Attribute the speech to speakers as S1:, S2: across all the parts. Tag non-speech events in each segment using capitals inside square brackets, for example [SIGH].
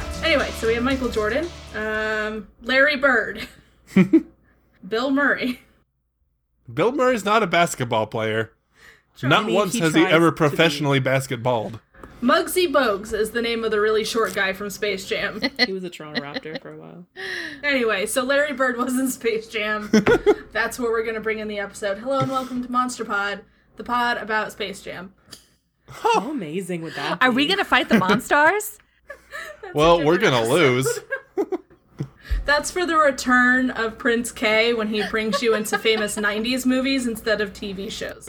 S1: so we have Michael Jordan, um, Larry Bird, Bill Murray.
S2: Bill Murray's not a basketball player.
S1: Try
S2: not
S1: me if
S2: once
S1: he
S2: has he
S1: tries
S2: ever
S1: to be.
S2: professionally basketballed.
S1: Muggsy Bogues is the name of the really short guy from Space Jam.
S3: He was a Toronto Raptor for a while.
S1: anyway, so Larry Bird was in Space Jam. That's where we're going to bring in the episode. Hello and welcome to Monster Pod, the pod about Space Jam.
S3: How amazing would that be?
S4: Are we gonna fight the monsters?
S2: well,
S1: a
S2: we're
S1: different [LAUGHS]
S2: gonna lose.
S1: That's for the return of Prince K when he brings you into famous 90s movies instead of TV shows.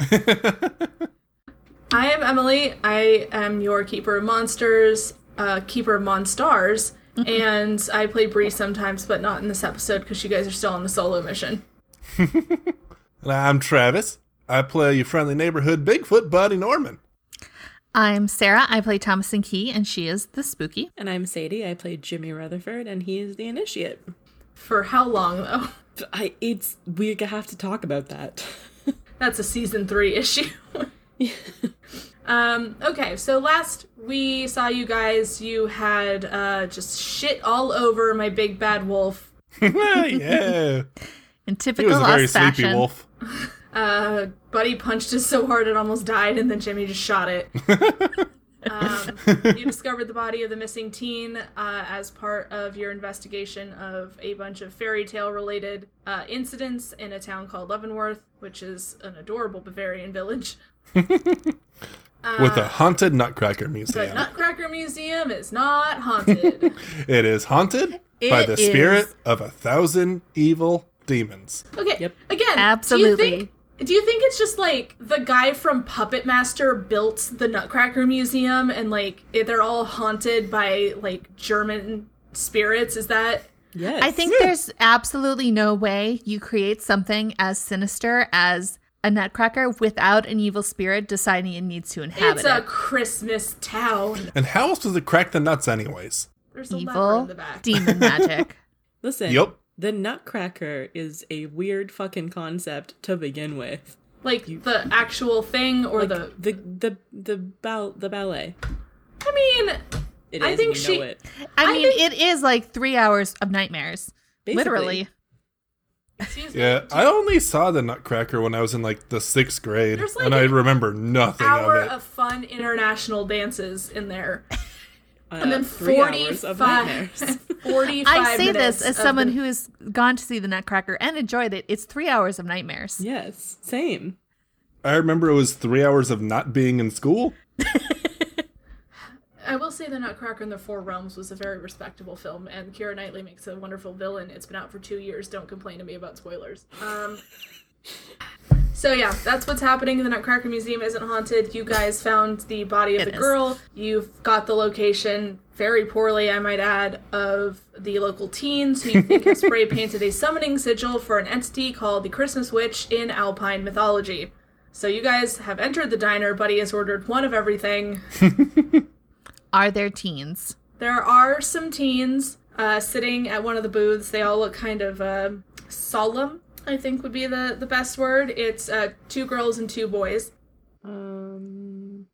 S1: I am Emily. I am your keeper of monsters, uh, keeper of monstars, and I play Bree sometimes, but not in this episode because you guys are still on the solo mission.
S2: And I'm Travis. I play your friendly neighborhood Bigfoot buddy Norman.
S4: [LAUGHS]
S2: [LAUGHS]
S4: I'm Sarah. I play Thomason Key, and she is the spooky.
S3: And I'm Sadie. I play Jimmy Rutherford, and he is the initiate.
S1: For how long though? [LAUGHS]
S3: I, it's we have to talk about that.
S1: That's a season three issue. um, okay, so last we saw you guys, you had uh, just shit all over my big bad wolf. [LAUGHS]
S2: yeah,
S4: In
S2: he
S4: typical
S2: was a very
S4: us
S2: sleepy
S4: fashion,
S2: wolf.
S1: Uh, Buddy punched it so hard it almost died, and then Jimmy just shot it. um, you discovered the body of the missing teen uh, as part of your investigation of a bunch of fairy tale related uh, incidents in a town called Leavenworth, which is an adorable Bavarian village.
S2: with
S1: Uh,
S2: a haunted Nutcracker
S1: The
S2: Museum.
S1: Nutcracker Museum is not haunted.
S2: it is haunted by
S4: It
S2: the
S4: is.
S2: spirit of a thousand evil demons.
S1: Okay.
S3: Yep.
S1: Again,
S4: Absolutely.
S1: Do you, think, do you think it's just like the guy from Puppet Master built the Nutcracker Museum and like it, they're all haunted by like German spirits? Is that
S3: Yes.
S4: I think there's absolutely no way you create something as sinister as a nutcracker without an evil spirit deciding it needs to inhabit
S1: it's a
S4: it.
S1: Christmas town?
S2: And how else does it crack the nuts, anyways?
S1: There's a lever in
S4: Evil
S1: the back. [LAUGHS]
S4: demon magic.
S3: Listen.
S2: Yup.
S3: The Nutcracker is a weird fucking concept to begin with.
S1: like the actual thing or the.
S3: The the the ball the ballet.
S1: I mean,
S3: It is.
S1: I think
S3: we
S1: she-
S3: know it.
S4: I
S1: I
S4: mean,
S1: think-
S4: it is like three hours of nightmares.
S3: Basically.
S4: Literally.
S1: excuse me.
S2: Yeah, I only saw the Nutcracker when I was in like the sixth grade,
S1: There's, like,
S2: and I
S1: an
S2: remember nothing
S1: Hour
S2: of it.
S1: of fun international dances in there.
S3: [LAUGHS] Uh,
S1: And then
S3: three hours
S1: 45,
S3: of
S1: [LAUGHS]
S3: nightmares. [LAUGHS]
S1: 45
S4: I say this
S1: minutes
S4: as
S1: of
S4: someone
S1: the-
S4: who has gone to see the Nutcracker and enjoyed it. It's three hours of nightmares.
S3: yes. Same.
S2: I remember it was three hours of not being in school.
S1: I will say The Nutcracker and the Four Realms was a very respectable film, and Kira Knightley makes a wonderful villain. It's been out for two years. Don't complain to me about spoilers. Um, so yeah, that's what's happening. The Nutcracker Museum isn't haunted. You guys found the body of
S4: It
S1: the
S4: is.
S1: girl. You've got the location very poorly, I might add, of the local teens who you think have spray painted a summoning sigil for an entity called the Christmas Witch in Alpine mythology. So you guys have entered the diner. Buddy has ordered one of everything.
S4: Are there teens?
S1: There are some teens uh, sitting at one of the booths. They all look kind of uh, solemn, I think would be the, the best word. It's uh, two girls and two boys.
S3: Um,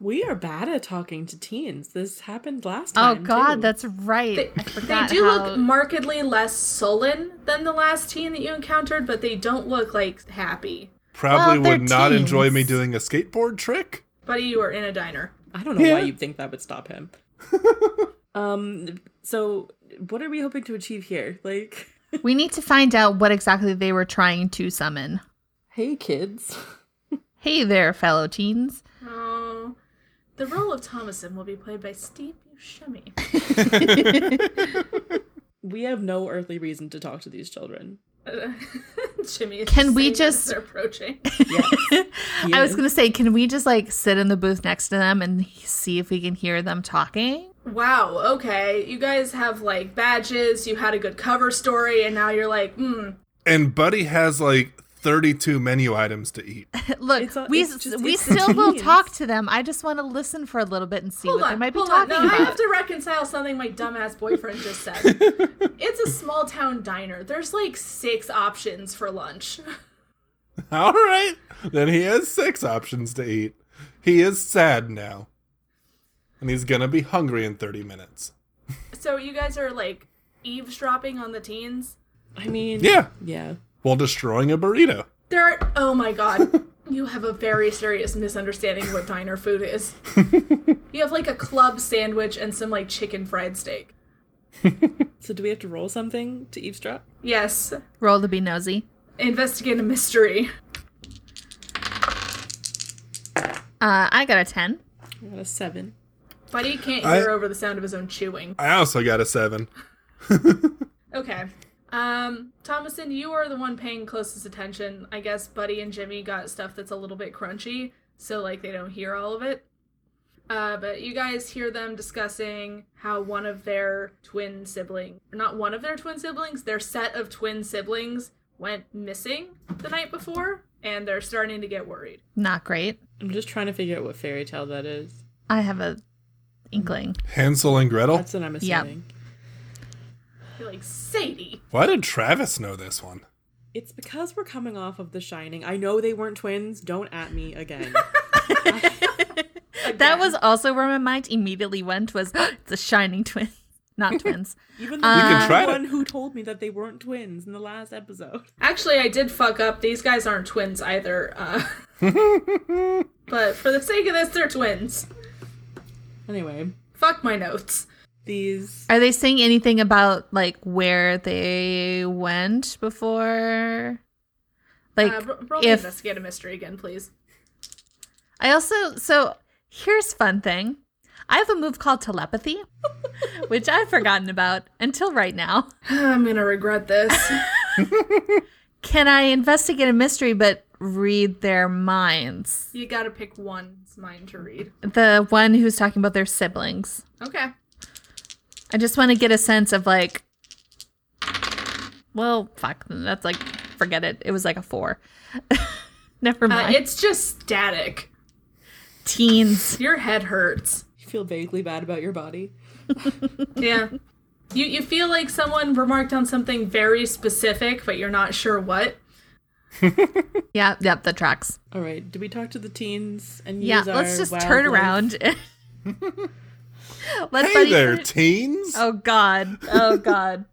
S3: we are bad at talking to teens. This happened last
S4: Oh
S3: time.
S4: God,
S3: too.
S4: that's right.
S1: They, they
S4: I forgot
S1: do
S4: how-
S1: look markedly less sullen than the last teen that you encountered, but they don't look like happy.
S2: Probably
S4: Well, they're
S2: would not enjoy me
S4: teens.
S2: doing a skateboard trick.
S1: Buddy, you are in a diner.
S3: I don't know
S2: Yeah.
S3: why you'd think that would stop
S4: [LAUGHS]
S3: him. um. So, what are we hoping to achieve here? Like,
S4: We need to find out what exactly they were trying to summon.
S3: hey, kids.
S4: Hey there, fellow teens.
S1: Oh. The role of Thomason will be played by Steve Buscemi. [LAUGHS]
S3: We have no earthly reason to talk to these children.
S1: Uh, Jimmy is
S4: Can we
S1: saying as
S4: just-
S1: they're approaching?
S4: I was
S3: Yes.
S4: going to say, can we just like sit in the booth next to them and see if we can hear them talking? [LAUGHS]
S1: Wow, okay. You guys have like badges, you had a good cover story, and now you're like, hmm,
S2: And Buddy has like 32 menu items to eat. [LAUGHS]
S4: Look,
S3: It's all-
S4: we
S3: it's just-
S4: we
S3: it's the
S4: still will
S3: teens.
S4: talk to them. I just want to listen for a little bit and see
S1: hold
S4: what
S1: on.
S4: they might be
S1: hold
S4: talking
S1: on. No, I have
S4: about.
S1: to reconcile something my dumbass boyfriend just
S4: [LAUGHS]
S1: said. it's a small town diner. There's like six options for lunch. [LAUGHS]
S2: All right. Then he has six options to eat. He is sad now. And he's going to be hungry in 30 minutes.
S1: So you guys are like eavesdropping on the teens.
S3: I mean,
S2: Yeah,
S3: yeah.
S2: while destroying a burrito.
S1: There are. Oh my
S4: [LAUGHS]
S1: god. you have a very serious misunderstanding of what diner food
S4: [LAUGHS]
S1: is. you have like a club sandwich and some like chicken fried steak.
S3: So do we have to roll something to eavesdrop?
S1: Yes.
S4: Roll to be nosy.
S1: Investigate a mystery.
S4: Uh, I got a 10.
S3: I got a seven.
S1: Buddy can't
S2: I-
S1: hear over the sound of his own chewing.
S2: I also got a seven.
S1: Okay. Um, Thomason, you are the one paying closest attention. I guess Buddy and Jimmy got stuff that's a little bit crunchy, so like they don't hear all of it. Uh, but you guys hear them discussing how one of their twin siblings, not one of their twin siblings, their set of twin siblings went missing the night before, and they're starting to get worried.
S4: Not great.
S3: I'm just trying to figure out what fairy tale that is.
S4: I have a inkling.
S2: Hansel and Gretel.
S3: That's what I'm
S4: Oh. Yeah.
S3: assuming.
S1: You're like, Sadie!
S2: Why did Travis know this one?
S3: It's because we're coming off of The Shining. I know they weren't twins. Don't at me
S4: [LAUGHS]
S3: again.
S1: Mm.
S4: That was also where my mind immediately went was [GASPS] the shining twin. Not twins.
S3: Even
S4: You can
S3: the
S2: try
S3: one
S2: to-
S3: who told me that they weren't twins in the last episode. [LAUGHS]
S1: Actually, I did fuck up. These guys aren't twins either. Uh, but for the sake of this, they're twins.
S3: Anyway,
S1: Fuck my notes.
S3: these
S4: Are they saying anything about like where they went before? Like
S1: uh, ro- roll
S4: if
S1: investigate a mystery again, please. [SIGHS]
S4: I also so here's fun thing. I have a move
S1: [LAUGHS]
S4: called telepathy, which I've forgotten about until right now.
S1: I'm gonna regret this.
S4: Can I investigate a mystery but read their minds?
S1: you gotta pick one's mind to read.
S4: The one who's talking about their siblings.
S1: Okay. Uh,
S4: I just want to get a sense of like, well, fuck, that's like, forget it. It was like a four. [LAUGHS] Never
S1: Uh,
S4: mind.
S1: it's just static.
S4: Teens.
S1: Your head hurts.
S3: you feel vaguely bad about your body.
S1: Yeah. You you feel like someone remarked on something very specific, but you're not sure what.
S4: Yeah, yep, the tracks.
S3: All right, do we talk to the teens and
S4: Yeah,
S3: use our
S4: let's just
S3: wild
S4: turn
S1: [LAUGHS]
S3: life?
S4: around. let's
S2: Hey
S4: buddy-
S2: there, teens.
S4: Oh God. Oh God.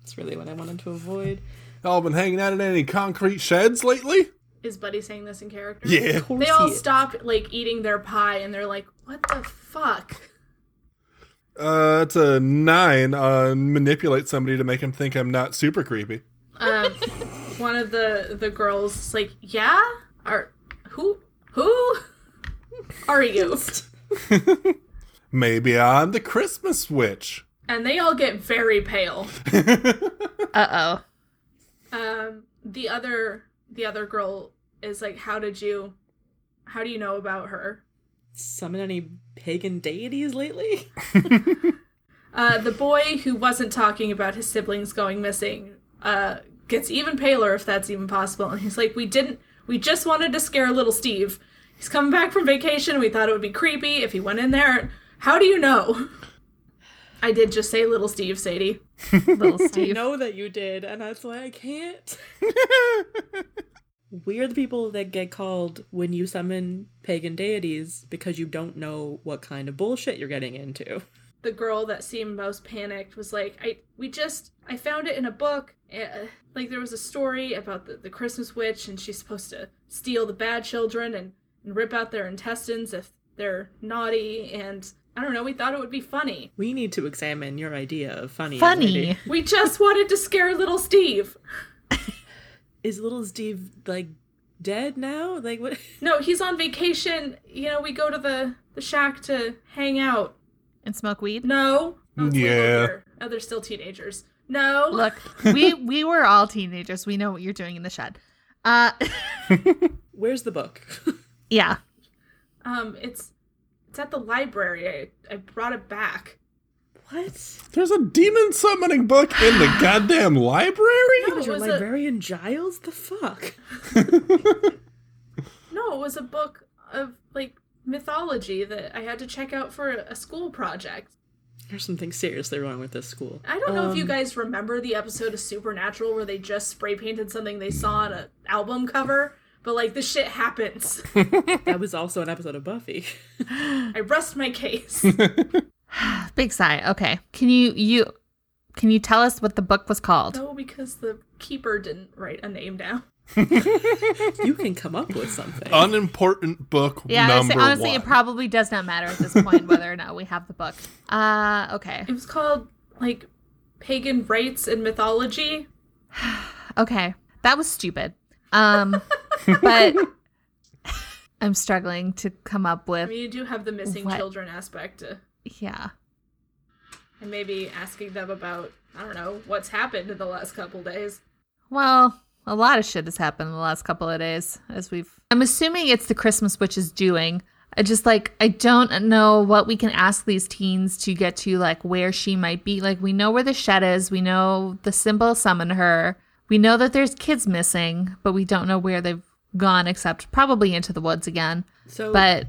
S3: That's really what I wanted to avoid.
S2: Y'all been hanging out in any concrete sheds lately?
S1: Is Buddy saying this in character?
S2: Yeah.
S3: Of course
S1: They all
S3: he-
S1: stop like eating their pie and they're like, "What the fuck?"
S2: Uh, it's a nine on manipulate somebody to make them think I'm not super creepy.
S1: um, one of the the girls is like, "Yeah, are who who are you?"
S2: Maybe I'm the Christmas witch.
S1: And they all get very pale.
S4: Uh oh.
S1: Um, the other the other girl is like, "How did you? How do you know about her?"
S3: summon any pagan deities lately? [LAUGHS]
S1: Uh, the boy who wasn't talking about his siblings going missing uh, gets even paler, if that's even possible. And he's like, "We didn't. We just wanted to scare little Steve. He's coming back from vacation. We thought it would be creepy if he went in there. How do you know?" I did just say little Steve, Sadie. [LAUGHS]
S4: Little
S3: I
S4: Steve.
S3: know that you did, and that's why I
S4: [LAUGHS]
S3: can't. we are the people that get called when you summon pagan deities because you don't know what kind of bullshit you're getting into.
S1: The girl that seemed most panicked was like, "I we just I found it in a book. Uh, like there was a story about the, the Christmas witch, and she's supposed to steal the bad children and, and rip out their intestines if they're naughty. And I don't know. We thought it would be funny.
S3: We need to examine your idea of funny.
S4: Funny.
S3: lady.
S1: We just wanted to scare little Steve.
S3: Is little Steve like dead now? Like what? [LAUGHS]
S1: No, he's on vacation. You know, we go to the the shack to hang out.
S4: And smoke weed.
S1: No, No, it's legal
S2: Yeah.
S1: here. Oh, they're still teenagers. No,
S4: Look, we we were all teenagers. We know what you're doing in the shed. Uh [LAUGHS]
S3: Where's the book? [LAUGHS]
S4: yeah.
S1: um, it's it's at the library. I, I brought it back.
S3: what?
S2: There's a demon summoning book in
S4: [GASPS]
S2: the goddamn library?
S1: No,
S3: Was
S1: it
S3: your
S1: was a
S3: librarian Giles? The fuck?
S1: no, it was a book of like mythology that I had to check out for a, a school project.
S3: There's something seriously wrong with this school.
S1: I don't know if you guys remember the episode of Supernatural where they just spray painted something they saw on an album cover, but like this shit happens.
S3: That was also an episode of Buffy.
S1: I rest my case.
S4: Big sigh. Okay. Can you you can you tell us what the book was called?
S1: No, because the keeper didn't write a name down.
S3: [LAUGHS] You can come up with something.
S2: Unimportant book
S4: Yeah,
S2: number
S4: honestly, honestly
S2: one.
S4: it probably does not matter at this point whether or not we have the book. Uh, okay.
S1: It was called like pagan rites and mythology.
S4: Okay. That was stupid. Um, but I'm struggling to come up
S1: I
S4: with.
S1: mean, you do have the missing
S4: What?
S1: children aspect, uh,
S4: Yeah.
S1: and maybe asking them about I don't know what's happened in the last couple days.
S4: Well, a lot of shit has happened in the last couple of days as we've I'm assuming it's the Christmas witch is doing. I just like I don't know what we can ask these teens to get to like where she might be. Like we know where the shed is, we know the symbol summoned her. We know that there's kids missing, but we don't know where they've gone except probably into the woods again.
S3: So
S4: But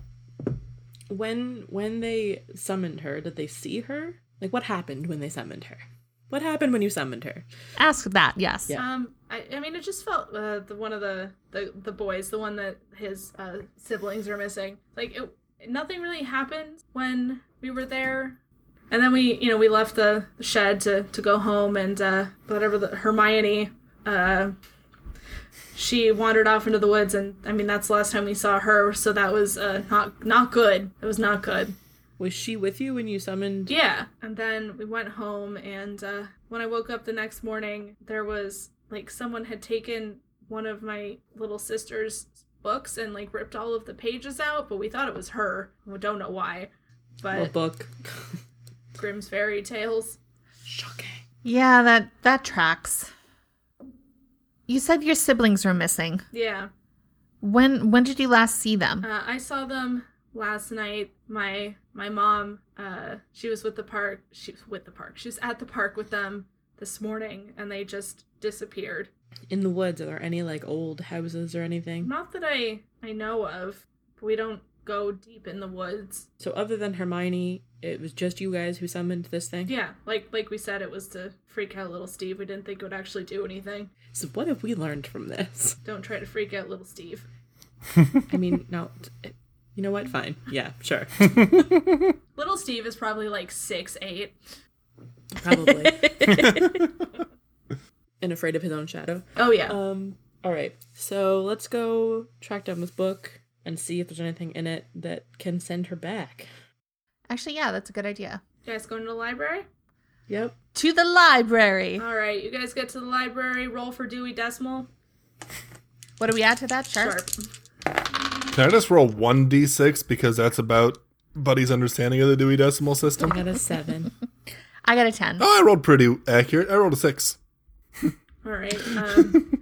S3: when when they summoned her, did they see her? Like what happened when they summoned her? What happened when you summoned her?
S4: ask that, yes.
S3: Yeah.
S1: Um, I, I mean, it just felt uh, the one of the, the the boys, the one that his uh, siblings are missing. Like it, nothing really happened when we were there, and then we, you know, we left the shed to to go home, and uh, whatever the Hermione, uh, she wandered off into the woods, and I mean that's the last time we saw her, so that was uh, not not good. It was not good.
S3: Was she with you when you summoned?
S1: Yeah. And then we went home, and uh, when I woke up the next morning, there was like someone had taken one of my little sister's books and like ripped all of the pages out, but we thought it was her. We don't know why. But
S3: A book. [LAUGHS]
S1: Grimm's fairy tales.
S3: Shocking.
S4: Yeah, that that tracks. You said your siblings were missing.
S1: Yeah.
S4: When when did you last see them?
S1: Uh, I saw them last night. My my mom, uh, she was with the park. She was with the park. She was at the park with them this morning, and they just disappeared.
S3: In the woods, are there any like old houses or anything?
S1: Not that I I know of. We don't go deep in the woods.
S3: So other than Hermione, it was just you guys who summoned this thing.
S1: Yeah, like like we said, it was to freak out little Steve. We didn't think it would actually do anything.
S3: So what have we learned from this?
S1: Don't try to freak out little Steve.
S3: I mean, no, t- you know what? Fine. Yeah, sure.
S1: Little Steve is probably like six eight.
S3: Probably. [LAUGHS] and afraid of his own shadow.
S1: Oh yeah.
S3: Um. All right. So let's go track down this book and see if there's anything in it that can send her back.
S4: Actually, yeah, that's a good idea.
S1: you guys going to the library?
S3: Yep.
S4: To the library.
S1: All right, you guys get to the library. Roll for Dewey Decimal.
S4: What do we add to that? Sharp.
S1: Sharp.
S2: Can I just roll 1d6 because that's about Buddy's understanding of the Dewey Decimal System?
S3: I got a seven.
S4: I got a 10.
S2: Oh, I rolled pretty accurate. I rolled a 6.
S1: All right. Um,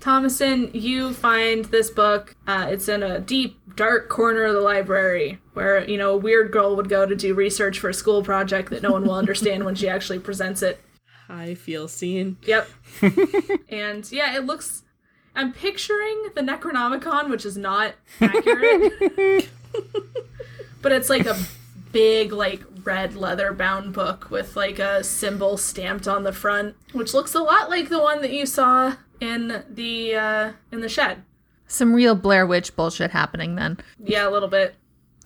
S1: Thomason, you find this book. Uh, it's in a deep, dark corner of the library where, you know, a weird girl would go to do research for a school project that no one will understand when she actually presents it.
S3: I feel seen.
S1: Yep. and yeah, it looks. I'm picturing the Necronomicon, which is not accurate. but it's like a big, like, red leather bound book with like a symbol stamped on the front, which looks a lot like the one that you saw in the uh, in the shed.
S4: Some real Blair Witch bullshit happening then.
S1: Yeah, a little bit.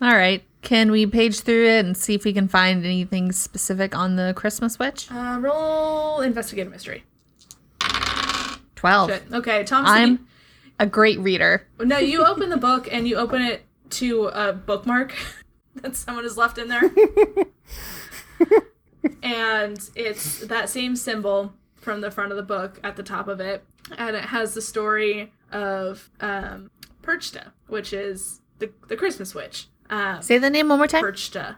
S4: All right. Can we page through it and see if we can find anything specific on the Christmas witch?
S1: Uh, roll investigate a mystery.
S4: 12.
S1: Shit. Okay, Thompson.
S4: I'm a great reader.
S1: No, you open the book and you open it to a bookmark [LAUGHS] that someone has left in there. and it's that same symbol from the front of the book at the top of it. And it has the story of um, Perchta, which is the, the Christmas witch. Um,
S4: Say the name one more time.
S1: Perchta.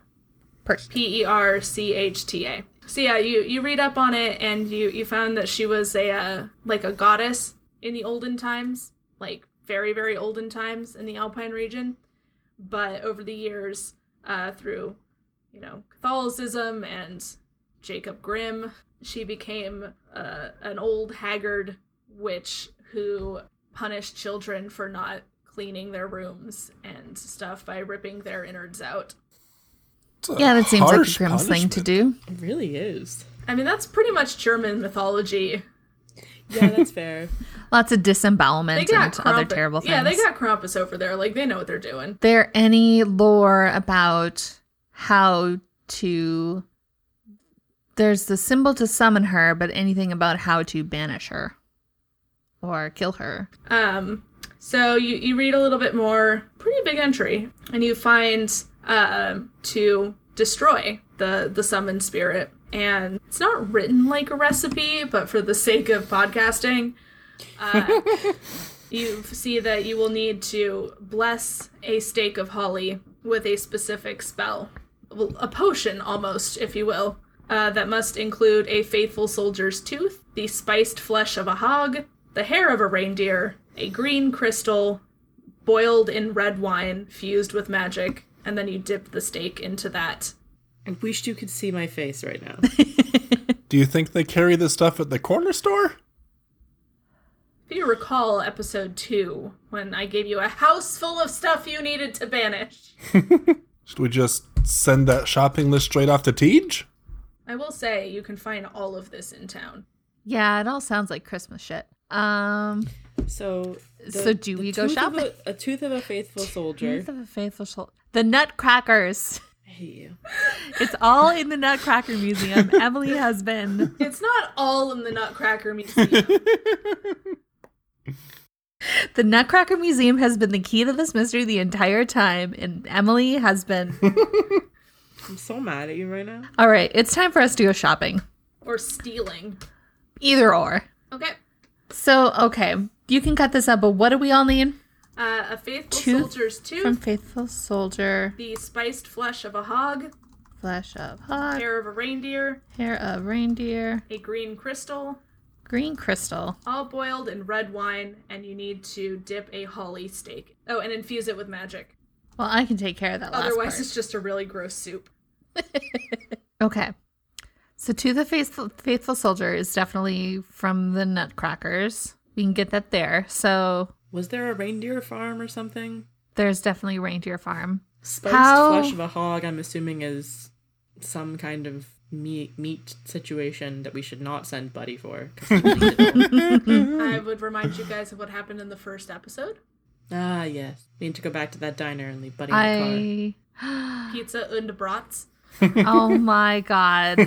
S4: Perch.
S1: P E R C H T A. So yeah, you you read up on it and you you found that she was a uh, like a goddess in the olden times, like very very olden times in the Alpine region, but over the years uh, through you know Catholicism and Jacob Grimm, she became uh, an old haggard witch who punished children for not cleaning their rooms and stuff by ripping their innards out.
S2: It's a
S4: Yeah, that seems like a
S2: harsh
S4: Grimm's thing to
S2: punishment.
S4: do.
S3: It really is.
S1: I mean, that's pretty much German mythology.
S3: Yeah, that's fair.
S4: Lots of
S1: They
S4: disembowelment and
S1: got
S4: other
S1: Krampus-
S4: terrible things.
S1: Yeah, they got Krampus over there. Like they know what they're doing.
S4: there any lore about how to there's the symbol to summon her but anything about how to banish her or kill her
S1: Um, so you, you read a little bit more, pretty big entry, and you find uh, to destroy the the summoned spirit. And it's not written like a recipe, but for the sake of podcasting, uh, you see that you will need to bless a stake of holly with a specific spell, Well, a potion almost, if you will, uh, that must include a faithful soldier's tooth, the spiced flesh of a hog, the hair of a reindeer, a green crystal boiled in red wine fused with magic, and then you dip the stake into that.
S3: I wish you could see my face right now.
S2: Do you think they carry this stuff at the corner store?
S1: If you recall episode two, when I gave you a house full of stuff you needed to banish.
S2: Should we just send that shopping list straight off to Tej?
S1: I will say you can find all of this in town.
S4: yeah it all sounds like christmas shit um
S3: So, the-
S4: So do
S3: the
S4: we go
S3: tooth of
S4: shopping?
S3: A, a tooth of a faithful soldier.
S4: Youth of a faithful soul- the nutcrackers [LAUGHS]
S3: I hate you.
S4: it's all in the nutcracker museum emily has been
S1: It's not all in the Nutcracker Museum.
S4: the nutcracker museum has been the key to this mystery the entire time and emily has been
S3: I'm so mad at you right now.
S4: all right it's time for us to go shopping
S1: or stealing.
S4: either or
S1: Okay.
S4: So, okay, you can cut this up, but what do we all need?
S1: Uh, a faithful
S4: Tooth
S1: soldier's tooth,
S4: From Faithful Soldier,
S1: the spiced flesh of a hog,
S4: flesh of hog,
S1: hair of a reindeer,
S4: hair of reindeer,
S1: a green crystal,
S4: green crystal.
S1: all boiled in red wine, and you need to dip a holly steak. Oh, and infuse it with magic.
S4: Well, I can take care of that last
S1: Otherwise,
S4: part.
S1: it's just a really gross soup.
S4: Okay. So, To the Faithful, Faithful Soldier is definitely from the Nutcrackers. We can get that there. So,
S3: Was there a reindeer farm or something?
S4: there's definitely Reindeer Farm.
S3: Spiced
S4: How-
S3: flesh of a hog, I'm assuming, is some kind of meat, meat situation that we should not send Buddy for. [LAUGHS] 'cause he would eat it all.
S1: I would remind you guys of what happened in the first
S4: [SIGHS]
S1: episode.
S3: ah, yes. Need to go back to that diner and leave Buddy in the car.
S4: I.
S1: Pizza und brats.
S4: Oh
S3: [LAUGHS]
S4: my God.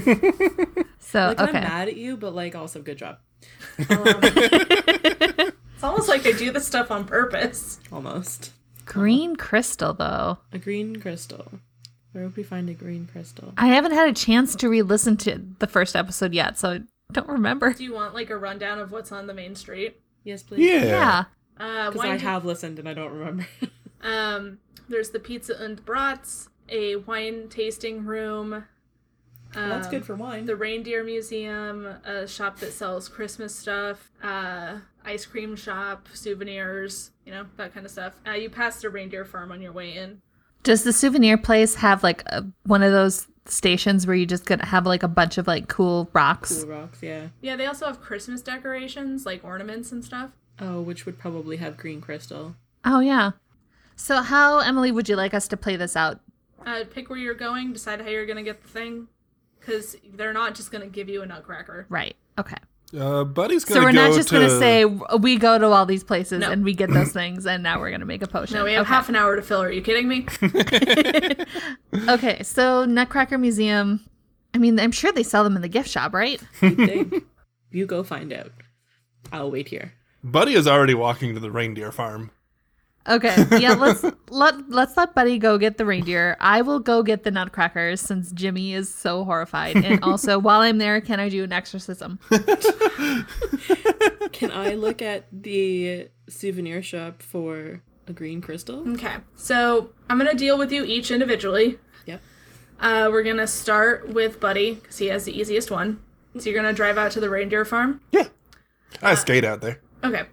S4: So,
S3: Like, I'm
S4: okay.
S3: mad at you, but, like, also good job.
S1: It's almost like they do this stuff on purpose.
S3: Almost.
S4: Green crystal, though.
S3: A green crystal. Where would we find a green crystal?
S4: I haven't had a chance to re-listen to the first episode yet, so I don't remember.
S1: Do you want like a rundown of what's on the main street?
S3: Yes, please.
S2: Yeah.
S4: Yeah.
S1: Uh,
S3: Because I
S1: wine
S3: have listened and I don't remember. [LAUGHS]
S1: Um, there's the pizza and brats, a wine tasting room. Um,
S3: That's
S4: Um,
S3: good for wine.
S1: the reindeer museum, a shop that sells Christmas stuff, uh, ice cream shop, souvenirs, you know that kind of stuff. Uh, you pass the reindeer farm on your way in.
S4: Does the souvenir place have like a, one of those stations where you just could have like a bunch of like cool rocks?
S3: Cool rocks, yeah.
S1: Yeah, they also have Christmas decorations like ornaments and stuff.
S3: Oh, which would probably have green crystal.
S4: Oh yeah. So how Emily would you like us to play this out?
S1: Uh, pick where you're going, decide how you're gonna get the thing, because they're not just gonna give you a nutcracker.
S4: Right. Okay.
S2: Uh, Buddy's gonna
S4: So we're not just
S2: going
S4: gonna say we go to all these places
S1: No.
S4: and we get those things and now we're gonna make a potion.
S1: No, we have
S4: okay.
S1: half an hour to fill. Are you kidding me?
S4: okay. So Nutcracker Museum. I mean, I'm sure they sell them in the gift shop, right?
S3: You'd think. [LAUGHS] you go find out. I'll wait here.
S2: Buddy is already walking to the reindeer farm.
S4: Okay. Yeah,
S2: [LAUGHS]
S4: let's let let's let Buddy go get the reindeer. I will go get the nutcrackers since Jimmy is so horrified.
S2: [LAUGHS]
S4: And also, while I'm there, can I do an exorcism?
S3: Can I look at the souvenir shop for a green crystal?
S1: Okay, so I'm gonna deal with you each individually.
S3: Yep.
S1: Uh, we're gonna start with Buddy because he has the easiest one. So you're gonna drive out to the reindeer farm.
S2: Yeah. I skate out there.
S1: Okay.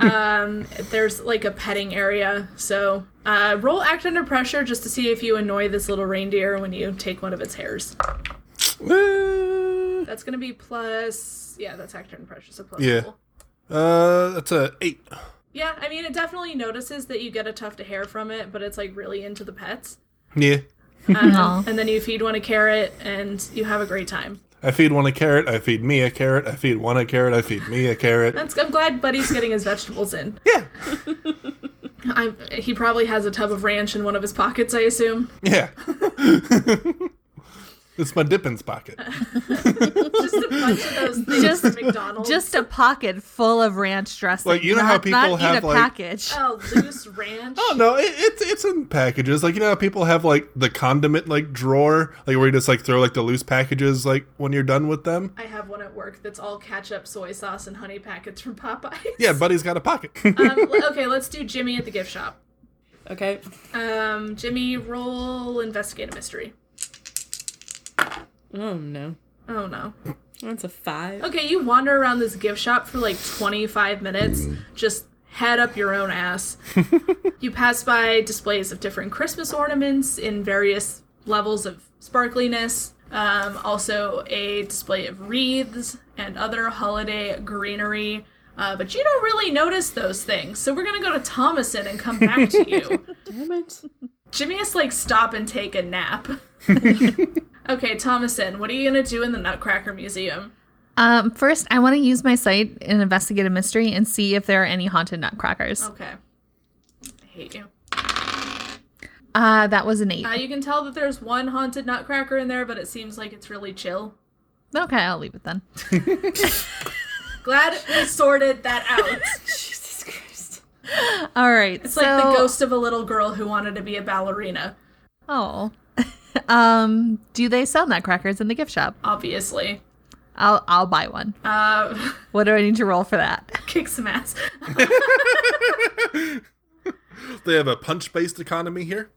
S1: um, there's like a petting area, so uh, roll act under pressure just to see if you annoy this little reindeer when you take one of its hairs.
S4: Uh,
S2: Woo.
S1: That's gonna be plus. Yeah, that's act under pressure. So plus.
S2: Yeah.
S1: roll.
S2: Uh, that's a eight.
S1: Yeah, I mean it definitely notices that you get a tuft of hair from it, but it's like really into the pets.
S2: Yeah.
S4: No. Uh,
S1: And then you feed one a carrot, and you have a great time.
S2: I feed one a carrot. I feed me a carrot. I feed one a carrot. I feed me a
S4: [LAUGHS]
S2: carrot.
S1: That's, I'm glad Buddy's getting his vegetables in.
S2: Yeah.
S1: [LAUGHS] I, he probably has a tub of ranch in one of his pockets, I assume.
S2: Yeah. [LAUGHS] it's my Dippins
S4: [LAUGHS]
S2: pocket.
S1: Just a bunch of those things
S4: Just-
S1: from McDonald's.
S4: Just a pocket full of ranch dressing.
S2: Like, you know how
S4: not-
S2: people
S4: not
S2: have,
S4: in a
S2: like-
S4: package.
S1: oh, loose ranch.
S2: Oh no, it, it's it's in packages. Like you know how people have like the condiment like drawer, like where you just like throw like the loose packages like when you're done with them.
S1: I have one at work that's all ketchup, soy sauce, and honey packets from Popeyes.
S2: Yeah, buddy's got a pocket.
S4: Uh.
S1: um, l- okay, let's do Jimmy at the gift shop.
S3: Okay.
S1: Um, Jimmy, roll investigate a mystery.
S3: Oh no.
S1: Oh no.
S3: That's a five.
S1: Okay, you wander around this gift shop for like 25 minutes,
S3: Mm-hmm.
S1: just head up your own ass.
S3: [LAUGHS]
S1: you pass by displays of different Christmas ornaments in various levels of sparkliness, um, also a display of wreaths and other holiday greenery. Uh, but you don't really notice those things, so we're gonna go to Thomason and come back to you.
S3: [LAUGHS] Damn it.
S1: Jimmy has like stop and take a
S3: [LAUGHS]
S1: nap. okay, Thomason, what are you gonna do in the Nutcracker Museum?
S4: Um, first, I want to use my site and investigate a mystery and see if there are any haunted nutcrackers.
S1: Okay. I hate you.
S4: Uh, that was an eight.
S1: Uh, you can tell that there's one haunted nutcracker in there, but it seems like it's really chill.
S4: okay, I'll leave it then.
S1: Glad we sorted that out.
S3: Jesus Christ.
S4: All right.
S1: It's like the ghost of a little girl who wanted to be a ballerina,
S4: Oh. [LAUGHS] um, do they sell nutcrackers in the gift shop?
S1: obviously.
S4: I'll I'll buy one. [LAUGHS]
S1: Uh,
S4: What do I need to roll for that?
S1: kick some ass.
S2: [LAUGHS] they have a punch based economy here.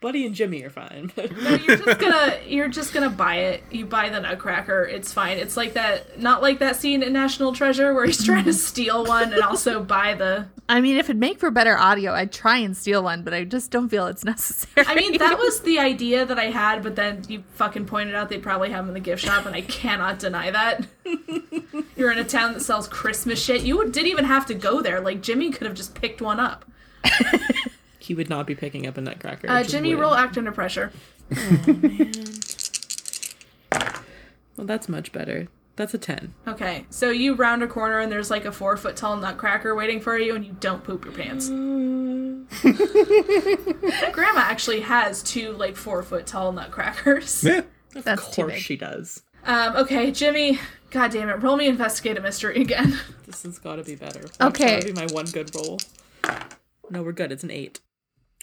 S3: Buddy and Jimmy are fine. [LAUGHS]
S1: No, you're just gonna you're just gonna buy it. You buy the nutcracker. It's fine. It's like that, not like that scene in National Treasure where he's trying to steal one and also buy the.
S4: I mean, if it'd make for better audio, I'd try and steal one, but I just don't feel it's [LAUGHS] necessary.
S1: I mean, that was the idea that I had, but then you fucking pointed out they probably have them in the gift shop, and I cannot deny [LAUGHS] that. You're in a town that sells Christmas shit. You didn't even have to go there. Like, Jimmy could have just picked one up.
S3: he would not be picking up a nutcracker.
S1: Uh,
S3: which is
S1: Jimmy,
S3: weird.
S1: roll act under pressure.
S3: Well, that's much better. That's a ten.
S1: Okay, so you round a corner, and there's like a four foot tall nutcracker waiting for you, and you don't poop your [LAUGHS] pants. Grandma actually has two, like, four foot tall nutcrackers.
S2: Yeah.
S4: [LAUGHS] That's
S3: of
S4: too
S3: course
S4: big.
S3: she does.
S1: Um, okay, Jimmy, god damn it, roll me investigate a mystery again.
S3: This has got to be better.
S4: Okay.
S3: That would be my one good roll. No, we're good. It's an eight.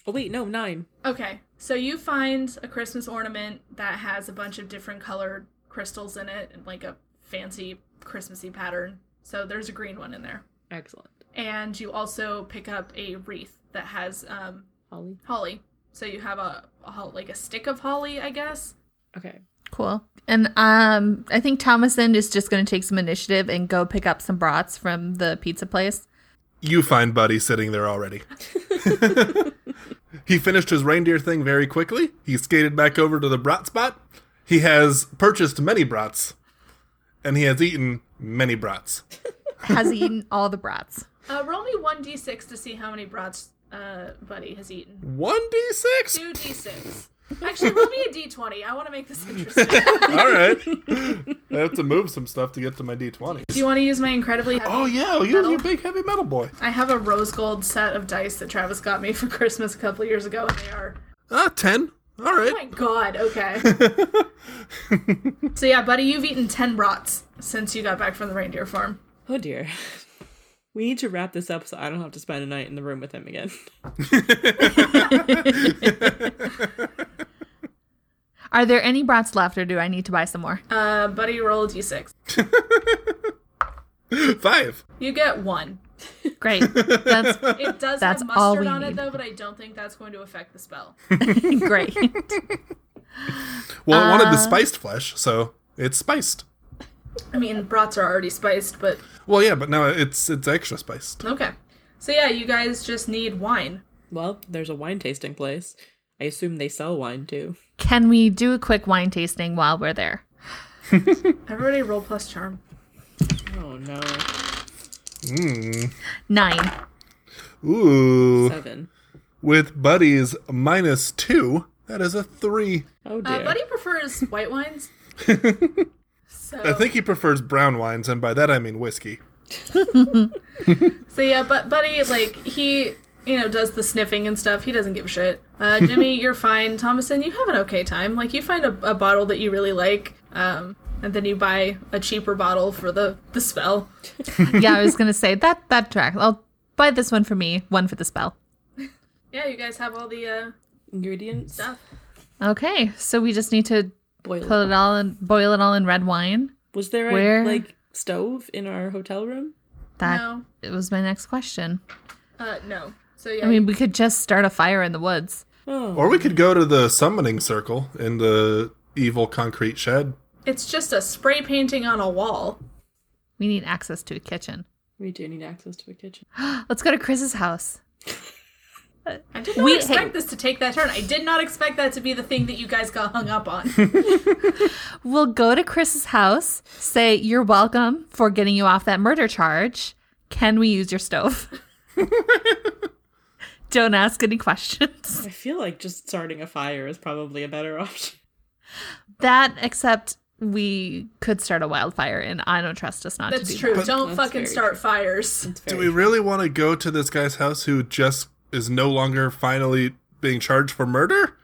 S3: Oh wait, no, nine.
S1: Okay, so you find a Christmas ornament that has a bunch of different colored crystals in it and like a fancy Christmassy pattern. So there's a green one in there.
S3: Excellent.
S1: And you also pick up a wreath that has um,
S3: Holly.
S1: holly. So you have a, a hol- like a stick of holly, I guess.
S3: Okay.
S4: Cool. And um, I think Thomason is just going to take some initiative and go pick up some brats from the pizza place.
S2: You find Buddy sitting there already. [LAUGHS] he finished his reindeer thing very quickly. He skated back over to the brat spot. He has purchased many brats, and he has eaten many brats.
S4: Has [LAUGHS] eaten all the brats.
S1: Uh, roll me one d six to see how many brats uh, Buddy has eaten.
S2: One d six.
S1: Two d six. Actually, roll me a d twenty. I want to make this interesting.
S2: All right. I have to move some stuff to get to my d twenty.
S1: Do you want to use my incredibly? Heavy-
S2: Oh yeah, well, you're,
S1: Metal.
S2: you're a big heavy metal boy.
S1: I have a rose gold set of dice that Travis got me for [LAUGHS] Christmas a couple years ago, and they are.
S2: Ah, ten. All
S1: Oh
S2: right.
S1: my god,
S4: [LAUGHS]
S1: okay. so, yeah, buddy, you've eaten 10 brats since you got back from the reindeer farm.
S3: Oh dear. [LAUGHS] We need to wrap this up so I don't have to spend a night in the room with him again. [LAUGHS]
S4: Are there any brats left, or do I need to buy some more?
S1: Uh, buddy, roll a d6.
S2: Five.
S1: You get one.
S4: [LAUGHS] Great. [LAUGHS] That's
S1: It does
S4: That's
S1: have
S4: all
S1: mustard
S4: we
S1: on it,
S4: need.
S1: though, but I don't think that's going to affect the spell.
S4: great.
S2: Well, it wanted the spiced flesh, so it's spiced.
S1: I mean, brats are already spiced, but
S2: Well, yeah, but now it's it's extra spiced.
S1: okay. So, yeah, you guys just need wine.
S3: Well, there's a wine tasting place. I assume they sell wine too.
S4: Can we do a quick wine tasting while we're there?
S1: Everybody roll plus charm.
S3: Oh no.
S4: Nine.
S2: Ooh.
S3: Seven.
S2: With buddies minus two, That is a three.
S3: Oh dear.
S1: Uh, Buddy prefers white
S4: [LAUGHS]
S1: wines. so,
S2: I think he prefers brown wines, and by that I mean whiskey.
S1: so yeah, but Buddy, like he, you know, does the sniffing and stuff. He doesn't give a shit.
S4: [LAUGHS]
S1: Uh, Jimmy, you're fine. Thomason, you have an okay time. Like you find a, a bottle that you really like, um, and then you buy a cheaper bottle for the the spell.
S4: yeah, I was gonna say that that track. I'll buy this one for me, one for the spell.
S1: Yeah, you guys have all the uh,
S3: Ingredients.
S1: stuff.
S4: Okay, so we just need to
S3: Boil. it.
S4: put it all in, boil it all in red wine.
S3: Was there
S4: Where?
S3: a like stove in our hotel room?
S4: That
S1: No.
S4: it was my next question.
S1: Uh, no. So yeah,
S4: I mean, we could just start a fire in the woods.
S3: Oh,
S2: Or we could go to the summoning circle in the evil concrete shed.
S1: it's just a spray painting on a wall.
S4: We need access to a kitchen.
S3: we do need access to a kitchen.
S4: Let's go to Chris's house.
S1: I did not
S4: We-
S1: expect
S4: hey.
S1: this to take that turn. I did not expect that to be the thing that you guys got hung up
S4: [LAUGHS]
S1: on.
S4: We'll go to Chris's house, say, You're welcome for getting you off that murder charge. Can we use your
S1: [LAUGHS]
S4: stove? Don't ask any questions.
S3: I feel like just starting a fire is probably a better [LAUGHS] option.
S4: That, except we could start a wildfire, and I don't trust us not to
S1: That's
S4: do
S1: true.
S4: that.
S1: Don't
S3: That's
S1: fucking
S3: very
S1: start fires.
S3: It's
S2: Do
S3: very-
S2: we really want to go to this guy's house who just is no longer finally being charged for murder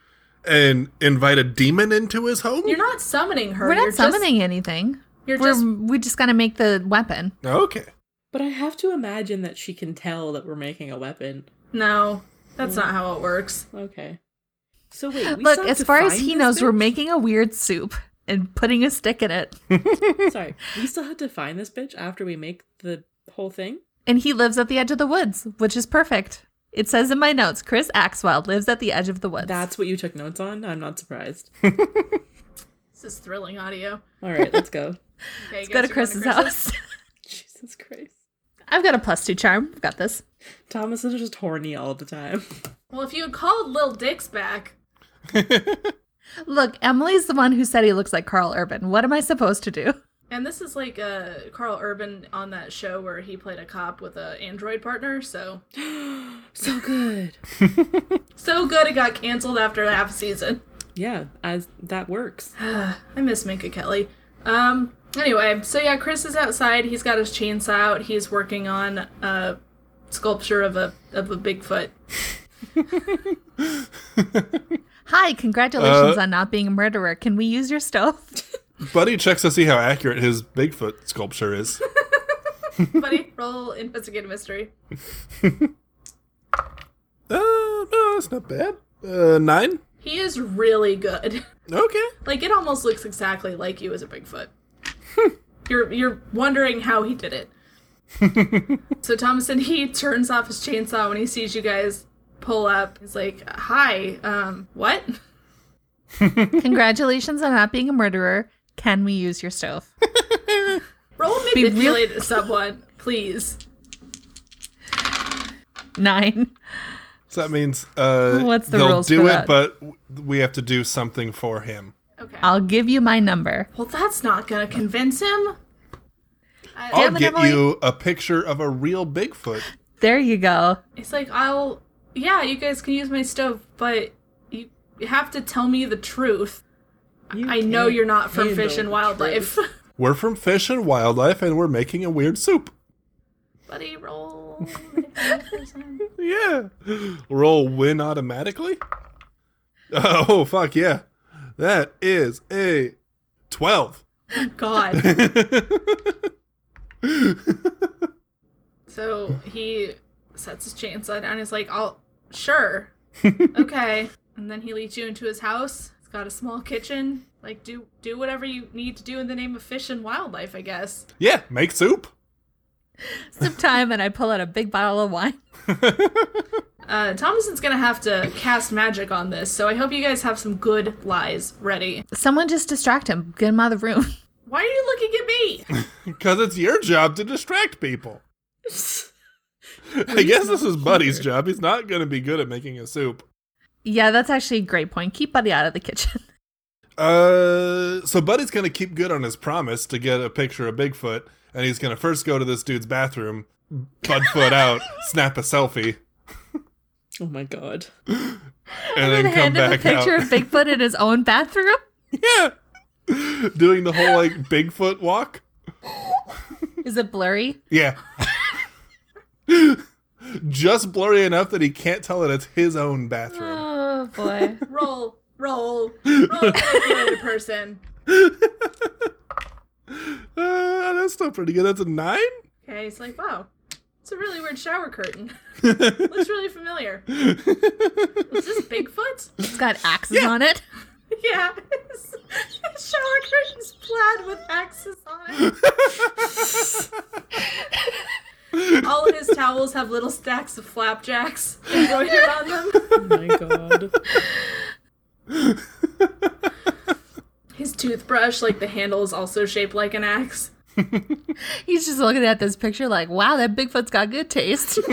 S2: and invite a demon into his home?
S1: You're not summoning her.
S4: We're
S1: you're
S4: not
S1: just-
S4: summoning anything.
S1: you're
S4: We're,
S1: just-
S4: we just got to make the weapon.
S2: okay.
S3: But I have to imagine that she can tell that we're making a weapon.
S1: no,
S4: Mm.
S1: that's not how it works.
S3: Okay. So wait, we
S4: Look,
S3: still have
S4: as
S3: to
S4: far as
S3: find
S4: he
S3: this
S4: knows, we're
S3: bitch?
S4: making a weird soup and putting a stick in it.
S3: Sorry, we still have to find this bitch after we make the whole thing.
S4: And he lives at the edge of the woods, which is perfect. It says in my notes, Chris Axwell lives at the edge of the woods.
S3: That's what you took notes on. I'm not surprised.
S1: This is thrilling audio.
S3: All right, let's go. [LAUGHS]
S1: Okay,
S4: Let's go to Chris's house. [LAUGHS]
S3: Jesus Christ.
S4: I've got a plus two charm. I've got this.
S3: Thomas is just horny all the time. [LAUGHS]
S1: Well, if you had called Lil Dix back,
S4: Look, Emily's the one who said he looks like Carl Urban. What am I supposed to do?
S1: and this is like uh, Carl Urban on that show where he played a cop with a android partner. So
S3: So good.
S1: so good it got canceled after half a season.
S3: Yeah, as that works.
S1: I miss Minka Kelly. Um. Anyway, so yeah, Chris is outside. He's got his chainsaw out. He's working on a sculpture of a of a Bigfoot.
S4: Hi, congratulations
S2: Uh,
S4: on not being a murderer. Can we use your stove?
S2: Buddy checks to see how accurate his Bigfoot sculpture is.
S1: Buddy, [LAUGHS] roll investigate a mystery.
S2: uh, no, that's not bad. Uh, nine?
S1: He is really good. [LAUGHS]
S2: Okay.
S1: Like it almost looks exactly like you as a
S4: [LAUGHS]
S1: Bigfoot. you're you're wondering how he did it.
S4: [LAUGHS]
S1: so Thomason he turns off his chainsaw when he sees you guys pull up. He's like, "Hi, um, what?"
S4: congratulations on not being a murderer. Can we use your stove?
S1: Roll
S4: real-
S1: manipulate someone, please.
S4: Nine.
S2: So that means uh,
S4: What's the
S2: they'll
S4: rules
S2: do it,
S4: for that?
S2: but w- we have to do something for him.
S1: Okay.
S4: I'll give you my number.
S1: well, that's not gonna convince him.
S2: I'll
S4: Damn it,
S2: get
S4: Emily.
S2: you a picture of a real Bigfoot.
S4: There you go.
S1: It's like, "I'll, yeah, you guys can use my stove, but you have to tell me the truth. I know you're not from fish and wildlife."
S2: We're from Fish and Wildlife, and we're making a weird soup.
S1: Buddy, roll.
S2: Yeah. Roll win automatically. Oh fuck yeah. That is a twelve. [LAUGHS]
S1: God.
S2: That's
S1: So he sets his chainsaw down. He's like, "I'll sure, okay." And then he leads you into his house. It's got a small kitchen. Like, do do whatever you need to do in the name of fish and wildlife, I guess.
S2: yeah, make soup.
S4: Some time, and I pull out a big bottle of wine.
S1: Uh, Thomason's gonna have to cast magic on this, so I hope you guys have some good lies ready.
S4: Someone just distract him. Get him out of the room. [LAUGHS]
S1: Why are you looking at me?
S2: Because it's your job to distract
S4: [LAUGHS]
S2: people. I guess this is Buddy's job. He's not gonna be good at making a soup.
S4: Yeah, that's actually a great point. Keep Buddy out of the kitchen. [LAUGHS]
S2: Uh, so Buddy's gonna keep good on his promise to get a picture of Bigfoot, and he's gonna first go to this dude's bathroom,
S4: [LAUGHS]
S2: Budfoot out, snap a selfie,
S3: Oh my god.
S2: and,
S4: And
S2: then come
S4: hand him a
S2: back out.
S4: picture of Bigfoot in his own bathroom.
S2: [LAUGHS] yeah, doing the whole like Bigfoot walk.
S4: Is it blurry?
S2: Yeah, [LAUGHS] just blurry enough that he can't tell that it's his own bathroom.
S4: Oh boy.
S1: Roll, roll, roll calculated person.
S2: Uh, that's still pretty good. That's a nine.
S1: Okay, it's like, wow, it's a really weird shower curtain. Looks really familiar. Is this Bigfoot?
S4: It's got axes on it.
S1: Yeah, his his shower curtain's plaid with axes on it. All of his towels have little stacks of flapjacks embroidered on them.
S3: Oh my
S1: [LAUGHS]
S3: god.
S1: His toothbrush, like the handle, is also shaped like an axe.
S4: He's just looking at this picture like, wow, that Bigfoot's got good taste. [LAUGHS]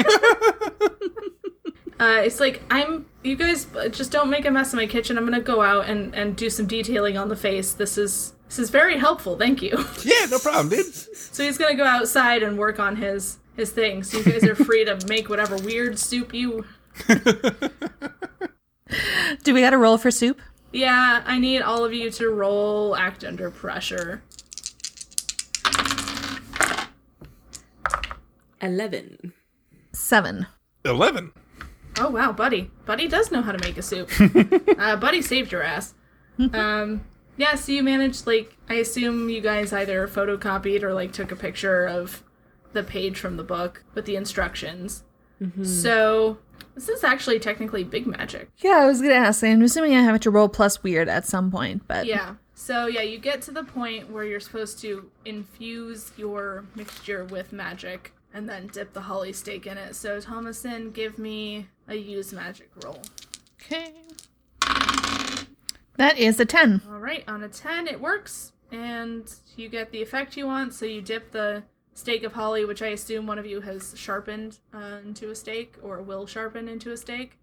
S1: Uh, it's like I'm. You guys uh, just don't make a mess in my kitchen. I'm gonna go out and and do some detailing on the face. This is this is very helpful. Thank you. [LAUGHS]
S2: Yeah, no problem, dude.
S1: so he's gonna go outside and work on his his thing. So you guys are free to make whatever weird soup you.
S4: Do we got to roll for soup?
S1: Yeah, I need all of you to roll act under pressure.
S3: 11.
S4: Seven.
S2: Eleven.
S1: Oh wow, Buddy. Buddy does know how to make a soup. uh, Buddy saved your ass. Um, yeah, so you managed like I assume you guys either photocopied or like took a picture of the page from the book with the instructions. So this is actually technically big magic.
S4: Yeah, I was going to ask. I'm assuming I have to roll plus weird at some point, but
S1: Yeah. So yeah, you get to the point where you're supposed to infuse your mixture with magic and then dip the holly stake in it. So Thomason, give me a use magic roll.
S4: Okay. That is a 10.
S1: All right, on a 10, it works, and you get the effect you want. So you dip the stake of holly, which I assume one of you has sharpened uh, into a stake or will sharpen into a stake.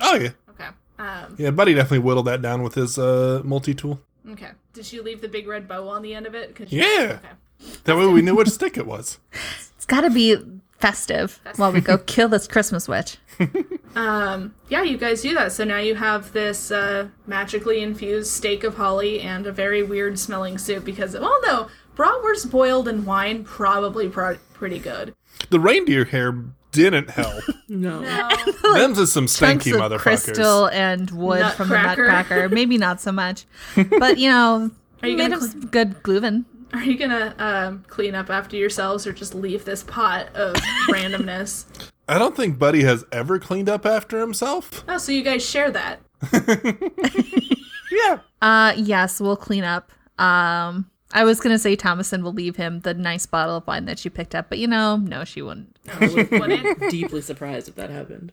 S2: Oh yeah,
S1: Okay. Um,
S2: yeah. Buddy definitely whittled that down with his uh, multi tool.
S1: okay. Did you leave the big red bow on the end of it? 'Cause you-
S2: Yeah,
S1: Okay.
S2: that way we knew which stick it was.
S4: It's got to be festive while we go kill this Christmas witch.
S1: [LAUGHS] Um, yeah, you guys do that. So now you have this uh, magically infused steak of holly and a very weird smelling soup because, well, no, bratwurst boiled in wine probably pro- pretty good.
S2: The reindeer hair didn't help.
S3: No.
S2: Them's is some
S4: Chunks
S2: stanky
S4: of
S2: motherfuckers.
S4: crystal and wood from the
S1: Nutcracker.
S4: nutcracker. [LAUGHS] Maybe not so
S1: [LAUGHS]
S4: much. But, you know,
S1: Are you
S4: made
S1: gonna
S4: of
S1: cl-
S4: some good gluten.
S1: Are you gonna um, clean up after yourselves or just leave this pot
S3: [LAUGHS]
S1: of randomness?
S2: I don't think Buddy has ever cleaned up after himself.
S1: Oh, so you guys share that.
S2: Yeah.
S4: Uh, yes, we'll clean up. Um, I was gonna say Thomason will leave him the nice bottle of wine that she picked up, but you know, no, she wouldn't.
S1: No, I would've put
S3: [LAUGHS]
S1: it.
S3: Deeply surprised if that happened.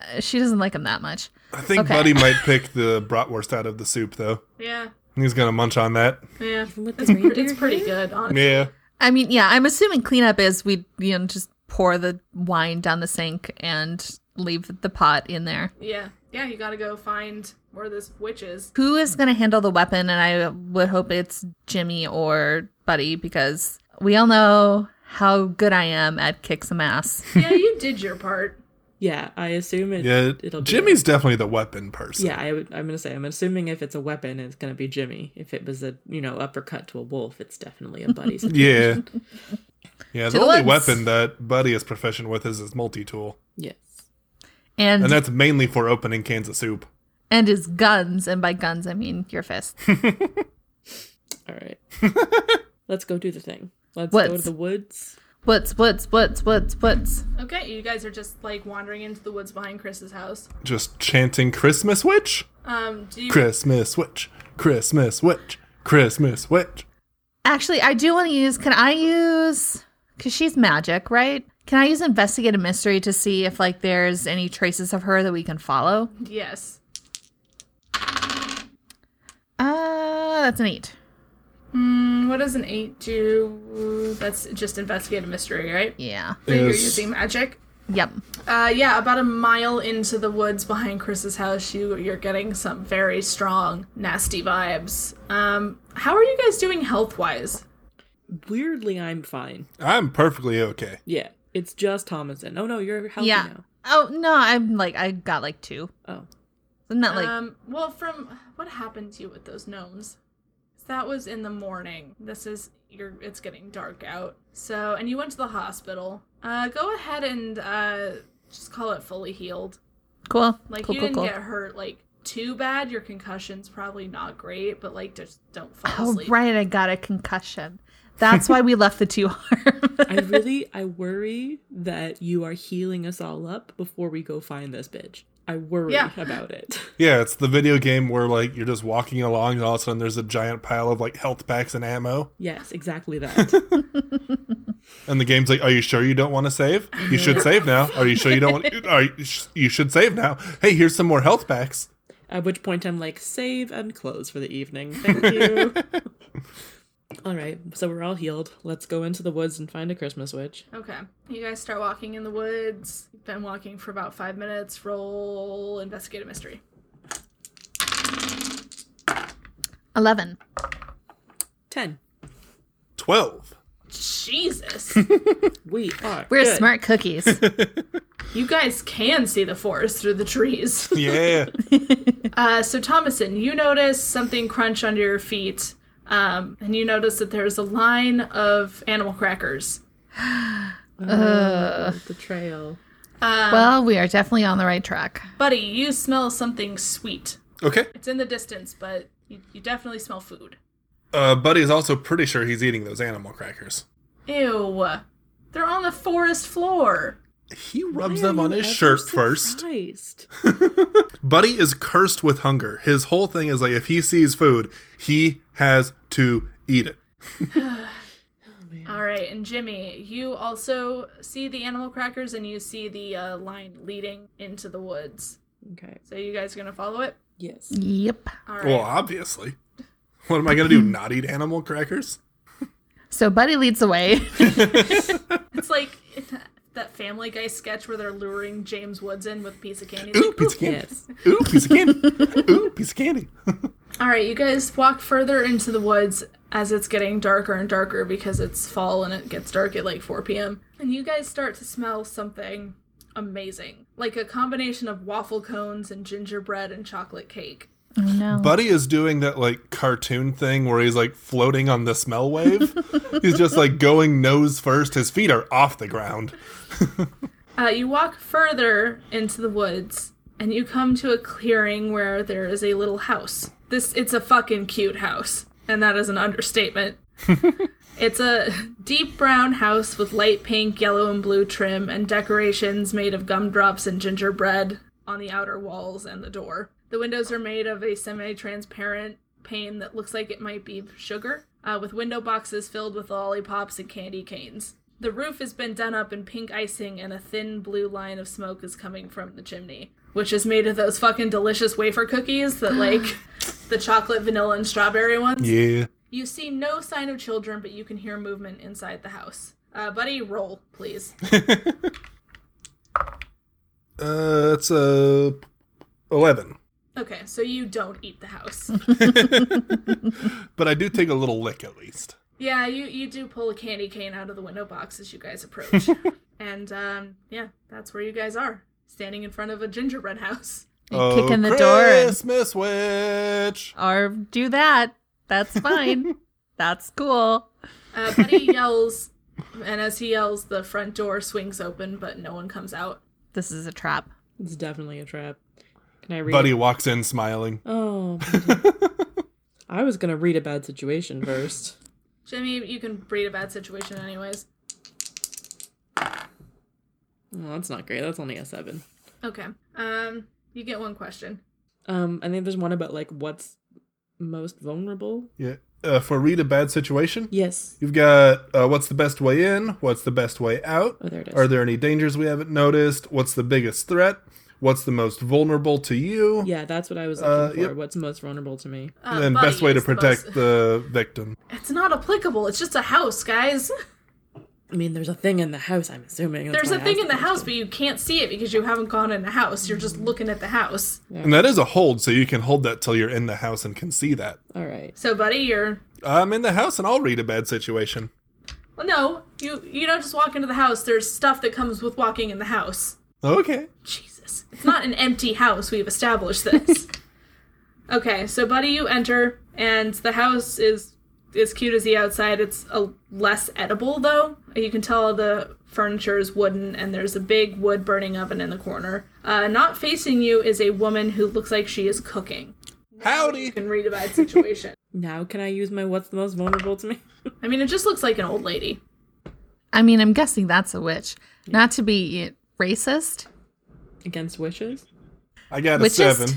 S4: Uh, She doesn't like him that much.
S2: I think
S4: Okay.
S2: Buddy might pick the bratwurst out of the soup, though.
S1: Yeah,
S2: He's going to munch on that.
S1: yeah.
S3: With
S1: It's,
S3: the
S1: pre- it's
S3: reindeer
S1: pretty
S3: hair?
S1: good, honestly.
S2: Yeah.
S4: I mean, yeah, I'm assuming cleanup is we, you know, just pour the wine down the sink and leave the pot in there.
S1: Yeah, yeah. You gotta go find where this witch is.
S4: Who is gonna handle the weapon? And I would hope it's Jimmy or Buddy because we all know how good I am at kick
S2: [LAUGHS]
S4: some ass.
S1: Yeah, you did your part.
S3: Yeah, I assume it,
S2: Yeah.
S3: [LAUGHS] it'll be.
S2: Jimmy's definitely the weapon person.
S3: Yeah, I would, I'm gonna say I'm assuming if it's a weapon, it's gonna be Jimmy. If it was a you know uppercut to a wolf, it's definitely
S2: [LAUGHS]
S3: a buddy. situation.
S2: Yeah. Yeah, the
S4: the
S2: only
S4: woods.
S2: weapon that Buddy is proficient with is his multi tool.
S3: Yes.
S4: And
S2: And
S4: Mm-hmm.
S2: that's mainly for opening cans of soup.
S4: and is guns, and by guns I mean
S2: [LAUGHS]
S4: your fist.
S3: All
S4: [LAUGHS]
S3: right. Let's go do the thing. Let's go to
S4: Woods.
S3: the woods.
S4: What's what's what's what's what's
S1: Okay, you guys are just like wandering into the woods behind Chris's house.
S2: Just chanting Christmas witch?
S1: Um, do you?
S2: Christmas witch. Christmas witch. Christmas witch.
S4: Actually, I do want to use. Can I use? Because she's magic, right? Can I use investigate a mystery to see if like there's any traces of her that we can follow?
S1: Yes.
S4: Uh, that's an eight.
S1: Hmm. What does an eight do? That's just investigate a mystery, right?
S4: Yeah.
S1: So You're
S2: Is-
S1: using magic.
S4: Yep.
S1: Uh, yeah, about a mile into the woods behind Chris's house, you you're getting some very strong, nasty vibes. Um, how are you guys doing health wise?
S3: Weirdly, I'm fine.
S2: I'm perfectly okay.
S3: Yeah, it's just Thomason. Oh no, you're healthy
S4: Yeah.
S3: now.
S4: Oh no, I'm like I got like two.
S3: Oh,
S4: I'm not like
S1: um, well, from what happened to you with those gnomes? That was in the morning. This is you're. It's getting dark out. So, and you went to the hospital. Uh, go ahead and uh, just call it fully healed.
S4: cool.
S1: Like
S4: cool,
S1: you
S4: cool,
S1: didn't
S4: cool.
S1: get hurt like too bad. Your concussion's probably not great, but like just don't fall
S4: Oh
S1: asleep.
S4: right, I got a concussion. That's
S1: [LAUGHS]
S4: why we left the two harm.
S3: I really I worry that you are healing us all up before we go find this bitch. I worry
S1: Yeah.
S3: about
S4: [LAUGHS]
S3: it.
S2: Yeah, it's the video game where like you're just walking along and all of a sudden there's a giant pile of like health packs and ammo,
S3: yes, exactly that.
S2: and the game's like, "Are you sure you don't want to save? You should save now. Are you sure you don't want? [LAUGHS] Are you, sh- you should save now. Hey, here's some more health packs.
S3: At which point I'm like, save and close for the evening. Thank
S4: [LAUGHS]
S3: you. all right, so we're all healed. Let's go into the woods and find a Christmas witch.
S1: Okay. You guys start walking in the woods. You've been walking for about five minutes. Roll investigate a mystery.
S4: [LAUGHS] Eleven.
S3: Ten.
S2: Twelve.
S1: Jesus.
S3: We are.
S4: We're
S3: good.
S1: [LAUGHS]
S4: smart cookies.
S1: Um, you guys can see the forest through the trees.
S2: Yeah, [LAUGHS]
S1: Uh, so, Thomason, you notice something crunch under your feet, um, and you notice that there's a line of animal crackers.
S3: Oh, the trail.
S4: well, we are definitely on the right track.
S1: Buddy, you smell something sweet.
S2: okay.
S1: It's in the distance, but you, you definitely smell food.
S2: Uh, Buddy is also pretty sure he's eating those animal crackers.
S1: Ew. They're on the forest floor.
S2: He rubs
S3: Why are
S2: them on
S3: you
S2: his
S3: ever
S2: shirt first.
S3: surprised?
S2: Buddy is cursed with hunger. His whole thing is like if he sees food, he has to eat it.
S1: All right, and Jimmy, you also see the animal crackers and you see the uh, line leading into the woods.
S3: Okay.
S1: So, you guys gonna follow it?
S3: Yes.
S4: Yep.
S1: All right.
S2: Well, obviously. What am I gonna do? Not eat animal crackers?
S4: So Buddy leads the way.
S1: It's like that Family Guy sketch where they're luring James Woods in with a piece of candy.
S2: Ooh, piece of candy.
S3: Yes.
S2: Ooh, piece of
S4: [LAUGHS]
S2: candy. Ooh, piece of candy.
S1: All right, you guys walk further into the woods as it's getting darker and darker because it's fall and it gets dark at like 4 p.m. And you guys start to smell something amazing, like a combination of waffle cones and gingerbread and chocolate cake.
S4: Oh, no.
S2: Buddy is doing that like cartoon thing where he's like floating on the smell wave. he's just like going nose first. His feet are off the ground.
S1: Uh, you walk further into the woods and you come to a clearing where there is a little house. This it's a fucking cute house, and that is an understatement. it's a deep brown house with light pink, yellow, and blue trim and decorations made of gumdrops and gingerbread on the outer walls and the door. The windows are made of a semi-transparent pane that looks like it might be sugar, uh, with window boxes filled with lollipops and candy canes. The roof has been done up in pink icing, and a thin blue line of smoke is coming from the chimney, which is made of those fucking delicious wafer cookies that, like, the chocolate, vanilla, and strawberry ones.
S2: Yeah.
S1: You see no sign of children, but you can hear movement inside the house. Uh, buddy, roll, please.
S2: Uh, it's uh, eleven.
S1: Okay, so you don't eat the house.
S2: But I do take a little lick at least.
S1: yeah, you, you do pull a candy cane out of the window box as you guys approach. and, um, yeah, that's where you guys are, standing in front of a gingerbread house.
S4: [LAUGHS] And kick in the door and-
S2: Christmas witch.
S4: or do that.
S1: [LAUGHS]
S4: That's fine. That's cool.
S1: Uh, Buddy yells, and as he yells, the front door swings open, but no one comes out.
S4: This is a trap.
S3: It's definitely a trap. Can I read?
S2: Buddy walks in smiling. [LAUGHS]
S3: Oh. buddy. I was gonna read a bad situation first.
S1: Jimmy, you can read a bad situation, anyways.
S3: Well, that's not great. That's only a seven.
S1: Okay. Um, you get one question.
S3: Um, I think there's one about like what's most vulnerable.
S2: Yeah. Uh, for read a bad situation.
S3: Yes.
S2: You've got uh, what's the best way in? What's the best way out?
S3: Oh, there it is.
S2: Are there any dangers we haven't noticed? What's the biggest threat? What's the most vulnerable to you?
S3: Yeah, that's what I was
S2: Uh,
S3: looking for.
S2: yep.
S3: What's most vulnerable to me?
S1: Uh,
S2: And then
S1: Buddy
S2: best way to
S1: is the
S2: protect
S1: most-
S2: the victim.
S1: It's not applicable. It's just a house, guys.
S3: I mean, there's a thing in the house. I'm assuming That's
S1: There's
S3: why
S1: a
S3: I
S1: thing
S3: asked
S1: in the
S3: that
S1: house,
S3: question.
S1: but you can't see it because you haven't gone in the house. You're just looking at the house.
S2: And that is a hold, so you can hold that till you're in the house and can see that.
S3: All right.
S1: So, Buddy, you're.
S2: I'm in the house and I'll read a bad situation.
S1: Well, no, you you don't just walk into the house. There's stuff that comes with walking in the house.
S2: Okay.
S1: Jesus. Jesus. It's not an empty house. We've established this. okay, so buddy, you enter, and the house is as cute as the outside. It's a less edible though. You can tell the furniture is wooden, and there's a big wood burning oven in the corner. Uh, not facing you is a woman who looks like she is cooking. You
S2: Howdy.
S1: can read about the situation.
S3: Now can I use my what's the most vulnerable to me? [LAUGHS]
S1: I mean, it just looks like an old lady.
S4: I mean, I'm guessing that's a witch. Not to be racist.
S3: Against wishes?
S2: I got a
S4: Witchist?
S2: seven.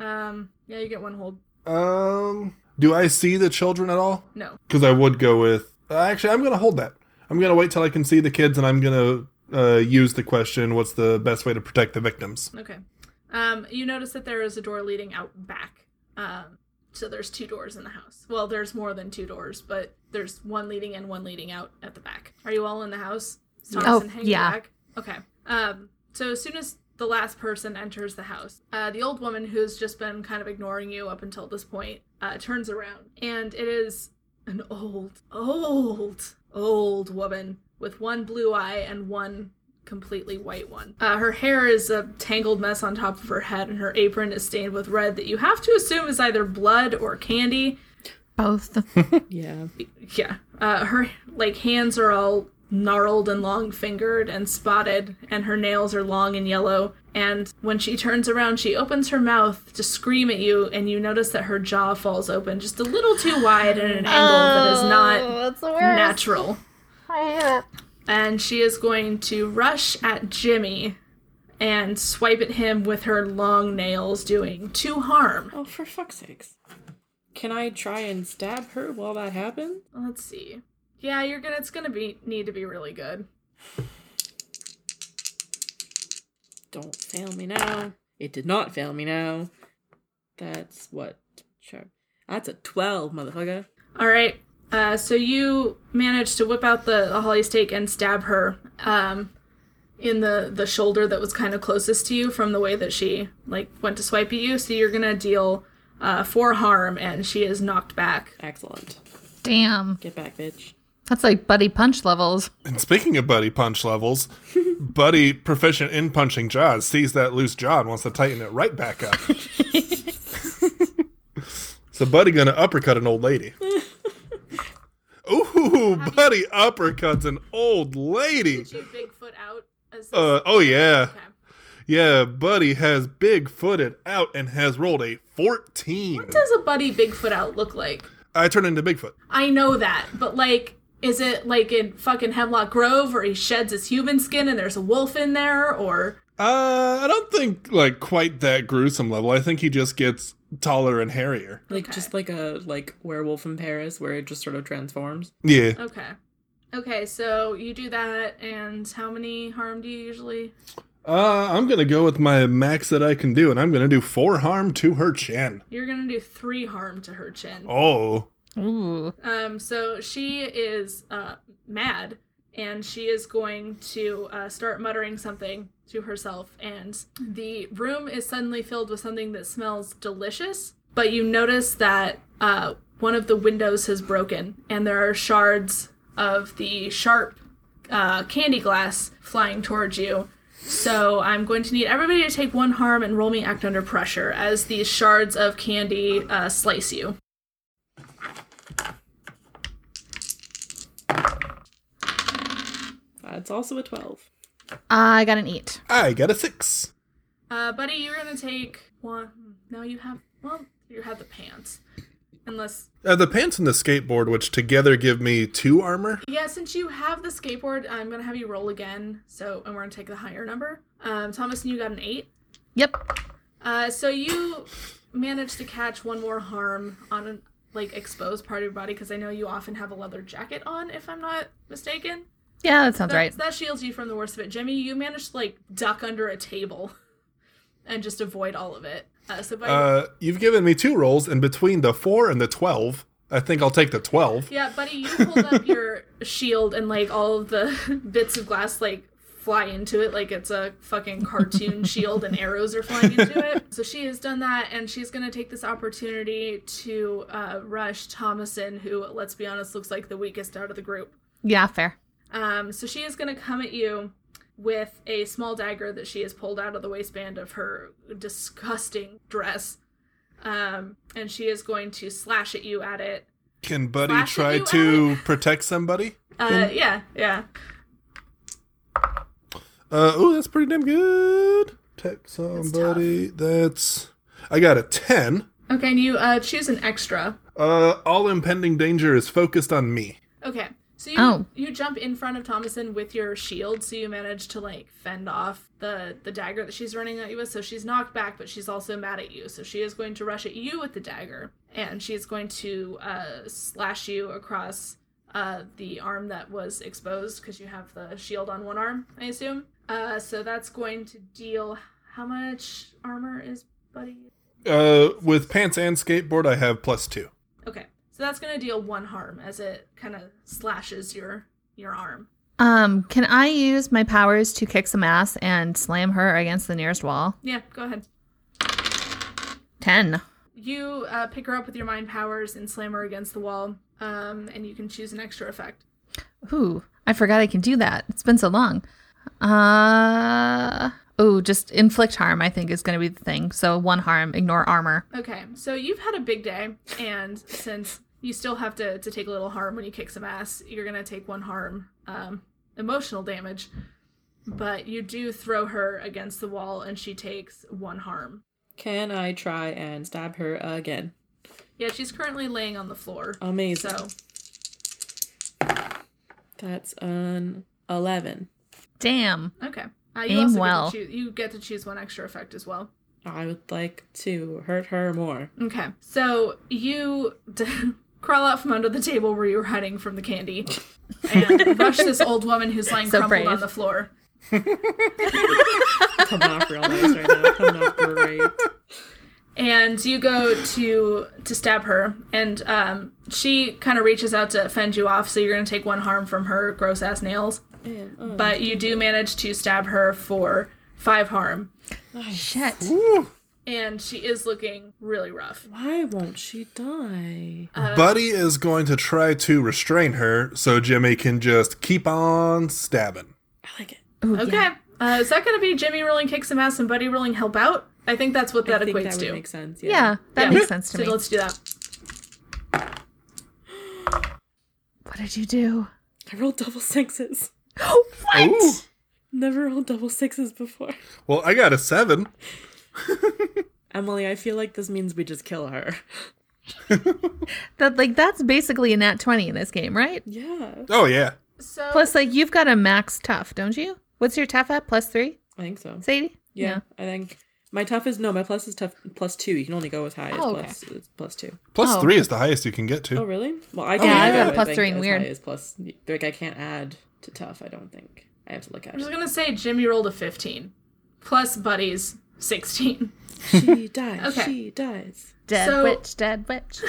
S1: Um, yeah, you get one hold.
S2: Um, do I see the children at all?
S1: No.
S2: Because I would go with. Uh, actually, I'm gonna hold that. I'm gonna wait till I can see the kids, and I'm gonna uh, use the question: What's the best way to protect the victims?
S1: Okay. Um, you notice that there is a door leading out back. Um, so there's two doors in the house. Well, there's more than two doors, but there's one leading in, one leading out at the back. Are you all in the house? Is Thompson hanging
S4: yeah.
S1: back? Okay. Um, so as soon as the last person enters the house, uh, the old woman who's just been kind of ignoring you up until this point uh, turns around, and it is an old, old, old woman with one blue eye and one completely white one. Uh, her hair is a tangled mess on top of her head, and her apron is stained with red that you have to assume is either blood or candy.
S4: Both.
S1: [LAUGHS]
S3: Yeah.
S1: Yeah. Uh, her like hands are all gnarled and long fingered and spotted, and her nails are long and yellow. And when she turns around, she opens her mouth to scream at you, and you notice that her jaw falls open just a little too wide at an angle that is not
S4: Oh, that's the worst.
S1: natural. And she is going to rush at Jimmy and swipe at him with her long nails, doing two harm.
S3: Oh, for fuck's sakes. Can I try and stab her while that happens?
S1: Let's see. Yeah, you're gonna. It's gonna be need to be really good.
S3: Don't fail me now. It did not fail me now. That's what? Sure. That's a 12, motherfucker.
S1: All right. Uh, so you managed to whip out the, the holly stake and stab her um, in the the shoulder that was kind of closest to you from the way that she like went to swipe at you. So you're gonna deal uh, four harm, and she is knocked back.
S3: Excellent.
S4: Damn.
S3: Get back, bitch.
S4: That's like buddy punch levels.
S2: And speaking of buddy punch levels, buddy proficient in punching jaws sees that loose jaw and wants to tighten it right back up. so buddy gonna uppercut an old lady. Ooh, buddy uppercuts an old lady.
S1: Did you Bigfoot out? As this?
S2: Uh, oh yeah,
S1: okay.
S2: yeah. Buddy has big footed out and has rolled a fourteen.
S1: What does a buddy Bigfoot out look like?
S2: I turn into Bigfoot.
S1: I know that, but like, is it like in fucking Hemlock Grove where he sheds his human skin and there's a wolf in there, or
S2: Uh, I don't think like quite that gruesome level. I think he just gets taller and hairier.
S3: Like
S1: Okay.
S3: just like a like werewolf in Paris where it just sort of transforms.
S2: Yeah.
S1: okay, okay? So you do that, and how many harm do you usually?
S2: Uh, I'm gonna go with my max that I can do, and I'm gonna do four harm to her chin.
S1: You're gonna do three harm to her chin.
S2: Oh,
S4: Ooh.
S1: Um, so she is uh, mad, and she is going to uh, start muttering something to herself. And the room is suddenly filled with something that smells delicious. But you notice that uh, one of the windows has broken, and there are shards of the sharp uh, candy glass flying towards you. So I'm going to need everybody to take one harm and roll me act under pressure as these shards of candy uh, slice you.
S3: That's also a 12.
S4: I got an eat.
S2: I got a six.
S1: Uh, buddy, you're gonna take one. No, you have. Well, you have the pants. Unless,
S2: Uh, the pants and the skateboard, which together give me two armor.
S1: yeah, since you have the skateboard, I'm gonna have you roll again. So, and we're gonna take the higher number. Um, Thomas, and you got an eight.
S4: Yep.
S1: Uh, so you managed to catch one more harm on an like exposed part of your body because I know you often have a leather jacket on, if I'm not mistaken.
S4: Yeah, that sounds
S1: That,
S4: right.
S1: that shields you from the worst of it. Jimmy, you managed to like duck under a table [LAUGHS] and just avoid all of it. Uh, so, buddy,
S2: Uh, you've given me two rolls, and between the four and the twelve, I think I'll take the twelve.
S1: Yeah, buddy, you pulled up your shield and like all of the [LAUGHS] bits of glass like fly into it like it's a fucking cartoon shield and arrows are flying into it. So she has done that and she's going to take this opportunity to uh, rush Thomason, who, let's be honest, looks like the weakest out of the group.
S4: Yeah, fair.
S1: Um, so she is going to come at you with a small dagger that she has pulled out of the waistband of her disgusting dress. Um, and she is going to slash at you at it.
S2: Can Buddy
S1: Flash
S2: try
S1: you
S2: to protect somebody?
S1: Uh, yeah, yeah.
S2: Uh, oh, that's pretty damn good. Protect somebody. That's. I got a 10.
S1: Okay, and you uh, choose an extra.
S2: Uh, all impending danger is focused on me.
S1: Okay. So you
S4: Oh.
S1: you jump in front of Thomason with your shield, so you manage to like fend off the the dagger that she's running at you with. So she's knocked back, but she's also mad at you. So she is going to rush at you with the dagger, and she is going to uh, slash you across uh, the arm that was exposed because you have the shield on one arm, I assume. Uh, so that's going to deal how much armor is Buddy?
S2: Uh, with pants and skateboard, I have plus two.
S1: Okay, so that's going to deal one harm as it kind of slashes your your arm.
S4: Um, can I use my powers to kick some ass and slam her against the nearest wall?
S1: Yeah, go ahead.
S4: Ten.
S1: You uh, pick her up with your mind powers and slam her against the wall, um, and you can choose an extra effect.
S4: Ooh, I forgot I can do that. It's been so long. Uh oh, just inflict harm. I think is going to be the thing. So one harm, ignore armor.
S1: Okay, so you've had a big day, and since you still have to, to take a little harm when you kick some ass, you're gonna take one harm, um, emotional damage. But you do throw her against the wall, and she takes one harm.
S3: Can I try and stab her again?
S1: Yeah, she's currently laying on the floor.
S3: Amazing.
S1: So
S3: That's an 11.
S4: Damn.
S1: okay, uh, you
S4: Aim
S1: also
S4: well.
S1: get to choose, you get to choose one extra effect as well.
S3: I would like to hurt her more.
S1: Okay. So you [LAUGHS] d- crawl out from under the table where you were hiding from the candy
S4: [LAUGHS]
S1: and rush this old woman who's lying
S4: So
S1: crumpled on
S4: brave.
S1: the floor.
S3: Coming off real nice right now.
S1: [LAUGHS]
S3: Coming off great.
S1: And you go to to stab her, and um, she kind of reaches out to fend you off, so you're going to take one harm from her gross ass nails.
S3: Man, oh,
S1: But you do manage to stab her for five harm,
S3: nice.
S4: Shit.
S2: Woo.
S1: and she is looking really rough.
S3: Why won't she die?
S2: Buddy is going to try to restrain her so Jimmy can just keep on stabbing.
S3: I like it.
S4: Ooh,
S1: Okay.
S4: yeah.
S1: Uh, is that going to be Jimmy rolling kick some ass and Buddy rolling help out? I think that's what that
S3: I think
S1: equates
S3: that would
S1: to.
S3: make sense.
S4: Yeah,
S3: Yeah.
S4: that
S1: Yeah.
S4: makes sense to
S1: so
S4: me.
S1: let's do that.
S4: What did you do? [GASPS]
S3: I rolled double sixes. [LAUGHS]
S4: what?
S2: Ooh.
S3: Never rolled double sixes before.
S2: Well, I got a seven.
S3: Emily, I feel like this means we just kill her.
S4: That like that's basically a nat twenty in this game, right?
S3: Yeah.
S2: Oh, yeah.
S1: So
S4: Plus, like you've got a max tough, don't you? What's your tough at? Plus three,
S3: I think so.
S4: Sadie?
S3: Yeah, I think my tough is no. My plus is tough plus two. You can only go as high as
S4: Oh, okay.
S3: plus it's plus two.
S2: Plus
S4: Oh.
S2: three is the highest you can get to.
S3: Oh really? Well, I
S4: yeah, I've
S3: go,
S4: got
S3: I
S4: plus
S3: think,
S4: three and
S3: as
S4: weird.
S3: high as plus like I can't add to tough. I don't think I have to look at
S1: I'm just
S3: it.
S1: gonna say Jimmy rolled a 15, plus Buddy's 16.
S3: she [LAUGHS] dies.
S1: Okay.
S3: She dies.
S4: Dead
S1: So-
S4: witch, dead witch.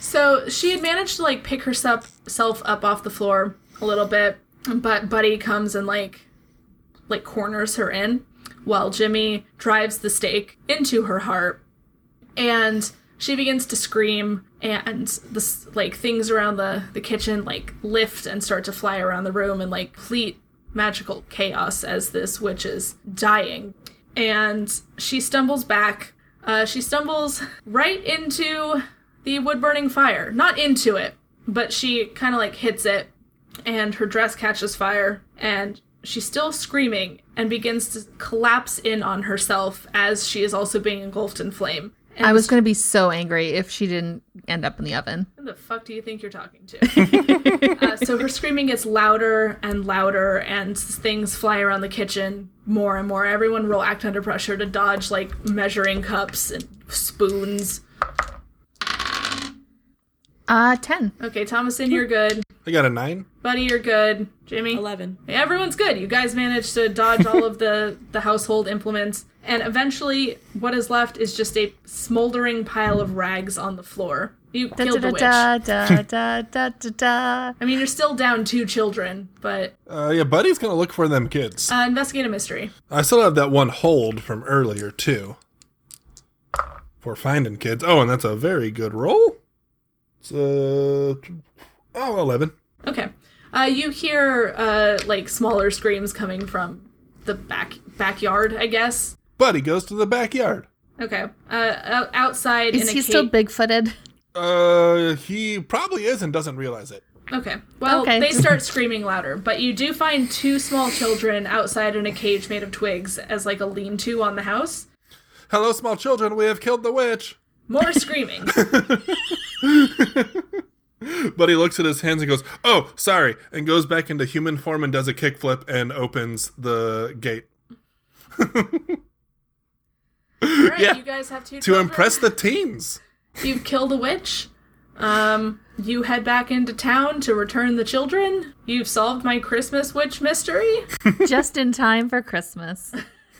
S1: So she had managed to like pick herself self up off the floor a little bit, but Buddy comes and like like corners her in, while Jimmy drives the stake into her heart, and she begins to scream. And this like things around the the kitchen like lift and start to fly around the room and like complete magical chaos as this witch is dying and she stumbles back. Uh, she stumbles right into the wood burning fire. Not into it, but she kind of like hits it, and her dress catches fire, and she's still screaming and begins to collapse in on herself as she is also being engulfed in flame. And
S4: I was gonna be so angry if she didn't end up in the oven.
S1: who the fuck do you think you're talking to? uh, so her screaming gets louder and louder, and things fly around the kitchen more and more. Everyone will act under pressure to dodge like measuring cups and spoons.
S4: Uh, ten.
S1: Okay, Thomason, you're good.
S2: I got a nine.
S1: Buddy, you're good. Jimmy,
S3: Eleven.
S1: everyone's good. You guys managed to dodge all of the the household implements, and eventually, what is left is just a smoldering pile of rags on the floor. You
S4: Da
S1: killed the
S4: da
S1: witch.
S4: da da [LAUGHS] da da da da.
S1: I mean, you're still down two children, but
S2: Uh, yeah, Buddy's going to look for them kids.
S1: uh, investigate a mystery.
S2: I still have that one hold from earlier, too. For finding kids. Oh, and that's a very good roll. It's, uh, oh, 11.
S1: Okay. Uh, you hear uh, like smaller screams coming from the back backyard, I guess.
S2: Buddy goes to the backyard.
S1: Okay. Uh, out- outside in
S4: Is
S1: a
S4: he
S1: cage.
S4: still [LAUGHS] big-footed?
S2: Uh, he probably is and doesn't realize it.
S1: Okay. Well,
S4: Okay.
S1: they
S4: [LAUGHS]
S1: start screaming louder, but you do find two small children outside in a cage made of twigs as like a lean-to on the house.
S2: Hello, small children. We have killed the witch.
S1: More
S4: [LAUGHS]
S1: screaming.
S2: Buddy looks at his hands and goes, "Oh, sorry," and goes back into human form and does a kickflip and opens the gate.
S1: All right,
S2: Yeah.
S1: you guys have two
S2: to
S1: children.
S2: impress the teens.
S1: You've killed a witch. Um, you head back into town to return the children. You've solved my Christmas witch mystery.
S4: Just in time for Christmas.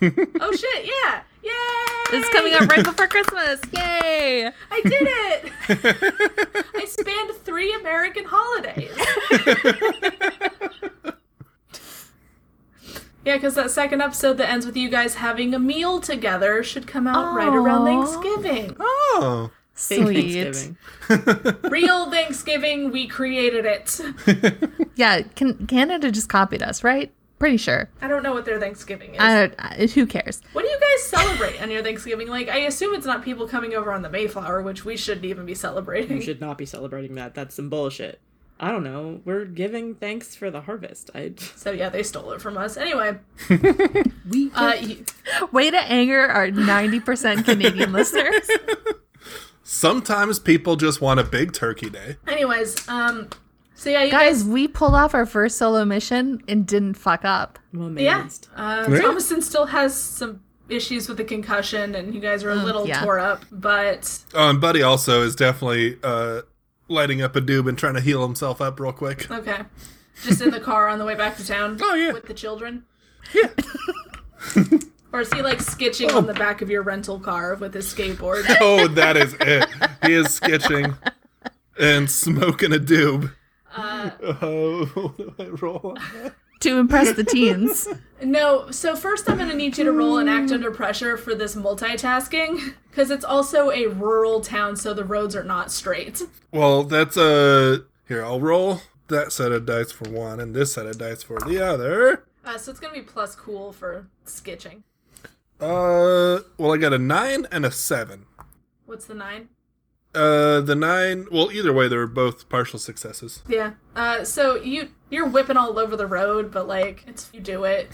S1: Oh shit! Yeah, yay!
S4: [LAUGHS] It's coming up right before Christmas. Yay!
S1: I did it. [LAUGHS] I spanned three American holidays. [LAUGHS] yeah, because that second episode that ends with you guys having a meal together should come out right around
S4: Aw.
S1: Thanksgiving.
S2: Oh,
S4: Sweet.
S3: Thanksgiving.
S1: Real Thanksgiving, we created it.
S4: Yeah, can, Canada just copied us, right? Pretty sure.
S1: I don't know what their Thanksgiving is.
S4: I don't, I, who cares?
S1: What do you guys celebrate on your Thanksgiving? Like, I assume it's not people coming over on the Mayflower, which we shouldn't even be
S3: We
S1: celebrating.
S3: should not be celebrating that. That's some bullshit. I don't know. We're giving thanks for the harvest. I [LAUGHS]
S1: So yeah, they stole it from us. Anyway,
S3: we
S1: uh, you,
S4: Way to anger our [LAUGHS] 90% Canadian listeners.
S2: sometimes people just want a big turkey day.
S1: anyways, um, so yeah, you guys,
S4: Guys, we pulled off our first solo mission and didn't fuck up.
S3: I'm
S1: yeah,
S3: amazed.
S1: uh,
S2: Really?
S1: Thomason still has some issues with the concussion, and you guys are a little
S4: yeah.
S1: tore up, but
S2: Oh, and Buddy also is definitely uh, lighting up a doob and trying to heal himself up real quick.
S1: okay, just in the car on the way back to town.
S2: [LAUGHS] Oh, yeah.
S1: with the children. Yeah. Or is he like sketching on the back of your rental car with his skateboard?
S2: [LAUGHS]
S1: [LAUGHS]
S2: Oh, that is it. He is sketching and smoking a doob. [LAUGHS] oh, [LAUGHS] what do I roll? on that?
S4: To impress the teens.
S1: No, so first I'm going to need you to roll and act under pressure for this multitasking because it's also a rural town, so the roads are not straight.
S2: Well, that's a. Here, I'll roll that set of dice for one and this set of dice for the other.
S1: Uh, so it's going to be plus cool for sketching.
S2: Uh, well, I got a nine and a seven.
S1: What's the nine?
S2: Uh, the nine. Well, either way, they were both partial successes.
S1: Yeah. Uh, so you you're whipping all over the road, but like it's you do it.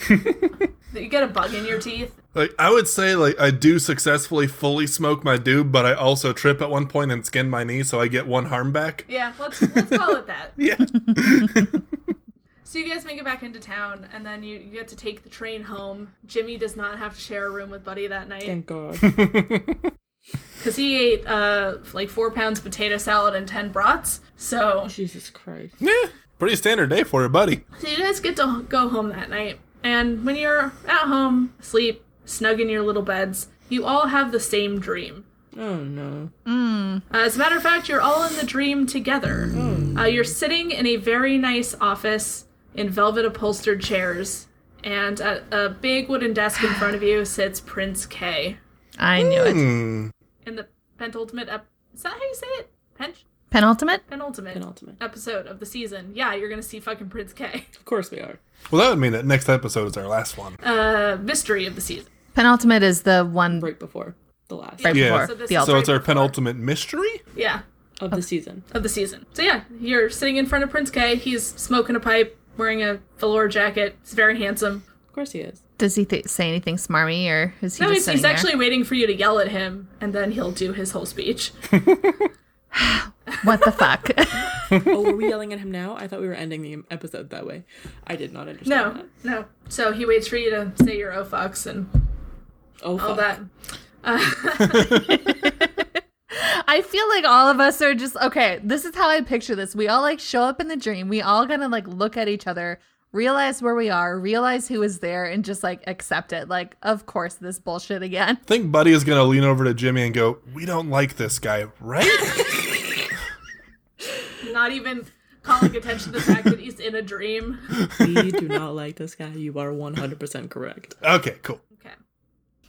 S1: you get a bug in your teeth.
S2: Like I would say, like I do successfully fully smoke my doob, but I also trip at one point and skin my knee, so I get one harm back.
S1: Yeah, let's let's call it that.
S2: Yeah.
S1: So you guys make it back into town, and then you, you get to take the train home. Jimmy does not have to share a room with Buddy that night. [LAUGHS]
S3: Thank God.
S1: because he ate uh, like four pounds potato salad and ten brats. So,
S3: Jesus Christ.
S2: yeah. Pretty standard day for you, buddy.
S1: so you guys get to go home that night, and when you're at home, sleep, snug in your little beds, you all have the same dream.
S3: Oh no.
S1: Uh, as a matter of fact, you're all in the dream together. Uh, you're sitting in a very nice office in velvet upholstered chairs, and at a big wooden desk in front of you sits Prince K.
S4: I knew it.
S2: Hmm.
S1: In the penultimate, ep- is that how you say it? Pen-
S4: Penultimate?
S1: penultimate.
S3: Penultimate.
S1: episode of the season, yeah, you're gonna see fucking Prince K.
S3: Of course we are.
S2: Well, that would mean that next episode is our last one.
S1: Uh, mystery of the season.
S4: Penultimate is the one
S3: Right before the last
S4: right
S2: Yeah.
S4: before
S1: So this
S4: the
S1: is-
S4: altar.
S2: so it's our penultimate mystery.
S1: Yeah,
S3: of the season.
S1: of the season. So yeah, you're sitting in front of Prince K. He's smoking a pipe, wearing a velour jacket. He's very handsome.
S3: Of course he
S1: [LAUGHS]
S3: is.
S4: Does he th- say anything smarmy or is he
S1: No,
S4: just
S1: he's,
S4: sitting
S1: he's
S4: there?
S1: actually waiting for you to yell at him, and then he'll do his whole speech.
S4: What the fuck? [LAUGHS]
S3: Oh, were we yelling at him now? I thought we were ending the episode that way. I did not understand.
S1: No,
S3: that.
S1: no. So he waits for you to say your oh fucks and
S3: Oh,
S1: all
S3: fuck.
S1: that.
S4: I feel like all of us are just okay. This is how I picture this. We all like show up in the dream. We all gonna like look at each other, realize where we are, realize who is there, and just like accept it. Like, of course, this bullshit again. [LAUGHS]
S2: I think Buddy is going to lean over to Jimmy and go, "We don't like this guy, right?"
S1: Not even calling attention to the fact that he's in a dream. [LAUGHS]
S3: we do not like this guy. You are 100% correct.
S2: okay, cool.
S1: Okay.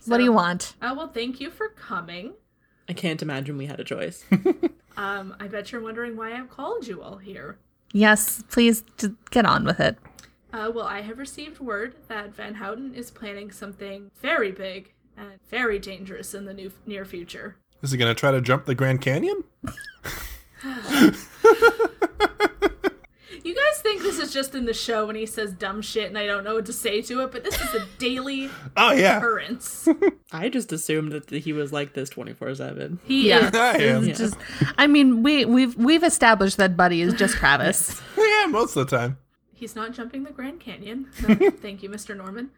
S4: What do you want?
S1: Uh, well, thank you for coming. [LAUGHS]
S3: I can't imagine we had a choice.
S1: Um, I bet you're wondering why I've called you all here.
S4: Yes, please just get on with it.
S1: Uh, well, I have received word that Van Houten is planning something very big and very dangerous in the new, near future.
S2: Is he going to try to jump the Grand Canyon?
S1: You guys think this is just in the show when he says dumb shit and I don't know what to say to it, but this is a daily
S2: Oh, yeah.
S1: occurrence.
S3: I just assumed that he was like this 24 7.
S1: He
S4: Yeah.
S1: is. [LAUGHS]
S2: I am.
S4: It's Just, I mean, we we've we've established that Buddy is just Travis.
S2: Yeah, most of the time.
S1: He's not jumping the Grand Canyon. No, thank you, Mr. Norman.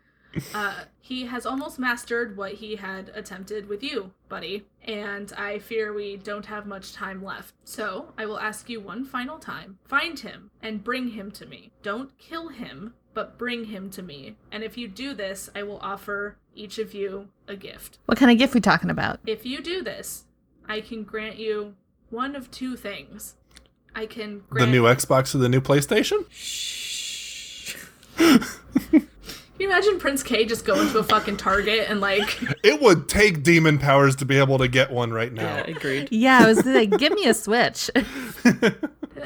S1: Uh, he has almost mastered what he had attempted with you, buddy, and I fear we don't have much time left. So I will ask you one final time find him and bring him to me. Don't kill him, but bring him to me. And if you do this, I will offer each of you a gift.
S4: what kind of gift we talking about?
S1: If you do this, I can grant you one of two things. I can
S2: The
S1: grant
S2: new Xbox or the new PlayStation?
S1: Can you imagine Prince K just going to a fucking Target and like
S2: It would take demon powers to be able to get one right now.
S3: Yeah, agreed.
S4: Yeah, I was like, give me a switch. [LAUGHS]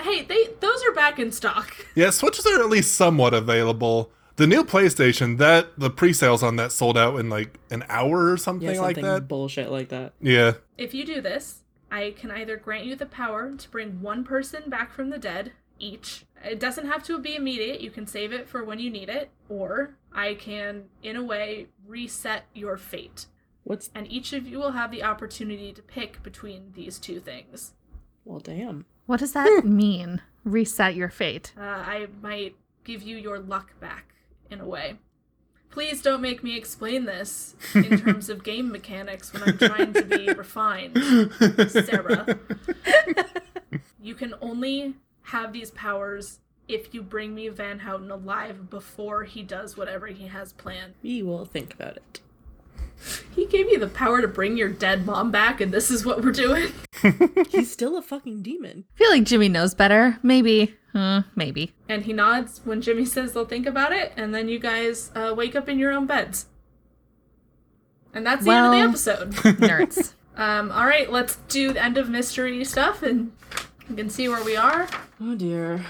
S1: Hey, they those are back in stock.
S2: Yeah, Switches are at least somewhat available. The new PlayStation, that the pre-sales on that sold out in like an hour or [LAUGHS] something,
S3: Yeah,
S2: like
S3: something
S2: that.
S3: bullshit like that.
S2: yeah.
S1: If you do this, I can either grant you the power to bring one person back from the dead each. It doesn't have to be immediate. You can save it for when you need it, or I can in a way reset your fate.
S3: What's.
S1: And each of you will have the opportunity to pick between these two things.
S3: Well, damn.
S4: What does that mean? Reset your fate.
S1: Uh, I might give you your luck back in a way. Please don't make me explain this in terms of game mechanics when I'm trying to be refined, Sarah. you can only have these powers if you bring me Van Houten alive before he does whatever he has planned.
S3: We will think about it. [LAUGHS]
S1: He gave you the power to bring your dead mom back, and this is what we're doing.
S3: He's still a fucking demon.
S4: I feel like Jimmy knows better. Maybe. Uh, maybe.
S1: And he nods when Jimmy [LAUGHS] says they'll think about it, and then you guys uh, wake up in your own beds. And that's the end
S4: Well-
S1: of the episode.
S4: [LAUGHS] Nerds.
S1: Um, all right, let's do the end of mystery stuff, and you can see where we are.
S3: Oh dear.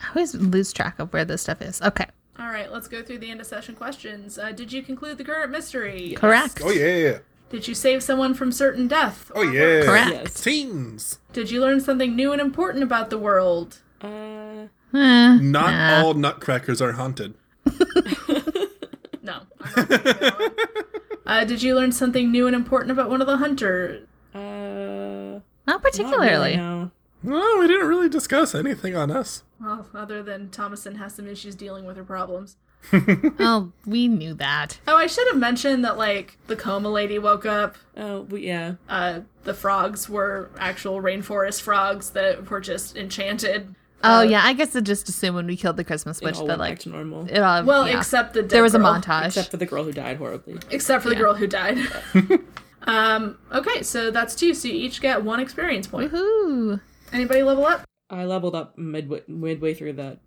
S4: I always lose track of where this stuff is. Okay.
S1: All right, let's go through the end of session questions. Uh, did you conclude the current mystery?
S4: Correct.
S2: Oh yeah.
S1: Did you save someone from certain death?
S2: Oh yeah.
S4: Correct.
S3: Yes.
S2: Teams.
S1: Did you learn something new and important about the world?
S3: Uh,
S4: Eh.
S2: Not
S4: Nah.
S2: all nutcrackers are haunted.
S1: No. I'm not gonna do
S2: [LAUGHS]
S1: that one. uh, did you learn something new and important about one of the hunters?
S3: uh,
S4: Not
S3: not really, [LAUGHS]
S4: particularly.
S3: no.
S2: No, we didn't really discuss anything on us.
S1: Well, Oh, other than Thomason has some issues dealing with her problems.
S4: oh, we knew that.
S1: Oh, I should have mentioned that, like, the coma lady woke up.
S3: Oh, we, yeah.
S1: Uh, the frogs were actual rainforest frogs that were just enchanted.
S4: Oh yeah, I guess I just assumed when we killed the Christmas
S3: It
S4: witch
S3: all went
S4: that
S3: back
S4: like
S3: to normal.
S4: it all.
S1: Well,
S4: yeah.
S1: except the dead
S4: there was a
S1: girl.
S4: montage.
S3: Except for the girl who died horribly.
S1: Except for the girl who
S4: [LAUGHS]
S1: died. [LAUGHS] um, okay, so that's two. So you each get one experience point.
S4: Woohoo!
S1: Anybody level up?
S3: I leveled up midway, midway through that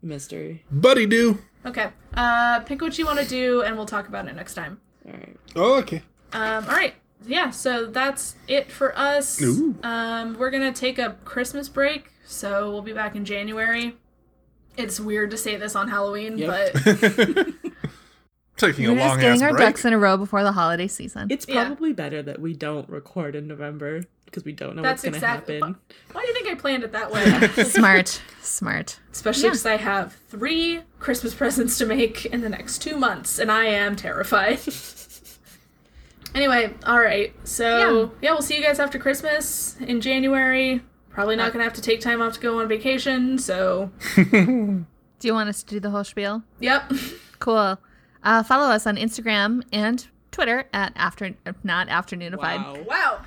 S3: mystery.
S2: Buddy do.
S1: Okay. Uh, pick what you want to do, and we'll talk about it next time.
S3: All right.
S2: Oh, [LAUGHS] okay.
S1: Um, all right. Yeah, so that's it for us.
S2: Ooh.
S1: Um, we're going to take a Christmas break, so we'll be back in January. It's weird to say this on Halloween,
S3: [LAUGHS] Yep.
S1: but
S2: Taking
S4: We're
S2: a long ass
S4: just getting our
S2: break.
S4: ducks in a row before the holiday season.
S3: It's
S1: Yeah.
S3: probably better that we don't record in November because we don't know
S1: That's
S3: what's going to
S1: exactly-
S3: happen.
S1: why do you think I planned it
S3: [LAUGHS]
S1: that way?
S4: smart, smart.
S1: Especially because I have three Christmas [LAUGHS] presents to make in the next two months, and I am terrified. [LAUGHS] anyway, all right. So, yeah. we'll see you guys after Christmas in January. Probably not going to have to take time off to go on vacation, so,
S4: Do you want us to do the whole spiel?
S1: yep. [LAUGHS]
S4: Cool. Uh, follow us on Instagram and Twitter at after not afternoonified.
S1: Wow.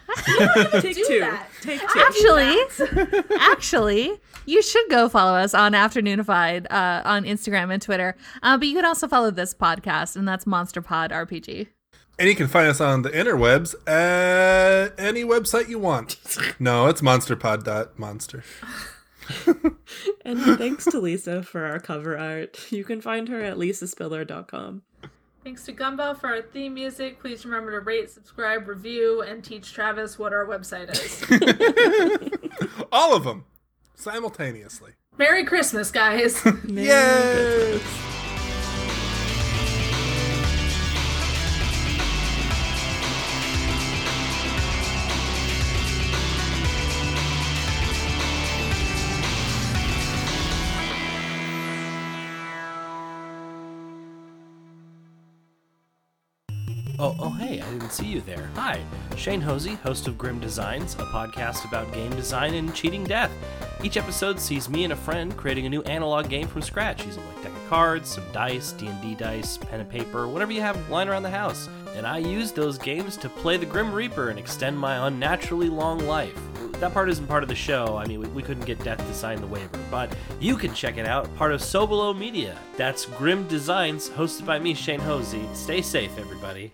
S3: Take
S1: do
S3: two.
S1: that. Ah.
S3: Take two.
S4: Actually, [LAUGHS] actually, you should go follow us on Afternoonified uh, on Instagram and Twitter. Uh, but you can also follow this podcast, and that's Monster Pod RPG.
S2: And you can find us on the interwebs at any website you
S4: [LAUGHS]
S2: want. No, it's monsterpod.monster.
S3: And thanks to Lisa for our cover art. You can find her at lisaspiller.com.
S1: Thanks to Gumbo for our theme music. Please remember to rate, subscribe, review, and teach Travis what our website is.
S2: [LAUGHS] All of them simultaneously.
S1: Merry Christmas, guys.
S2: Yes.
S5: Oh, oh, hey, I didn't see you there. Hi, Shane Hosey, host of Grim Designs, a podcast about game design and cheating death. Each episode sees me and a friend creating a new analog game from scratch using like a deck of cards, some dice, D&D dice, pen and paper, whatever you have lying around the house. And I use those games to play the Grim Reaper and extend my unnaturally long life that part isn't part of the show. I mean, we, we couldn't get Death to sign the waiver, but you can check it out. Part of Sobolo Media. That's Grim Designs, hosted by me, Shane Hosey. Stay safe, everybody.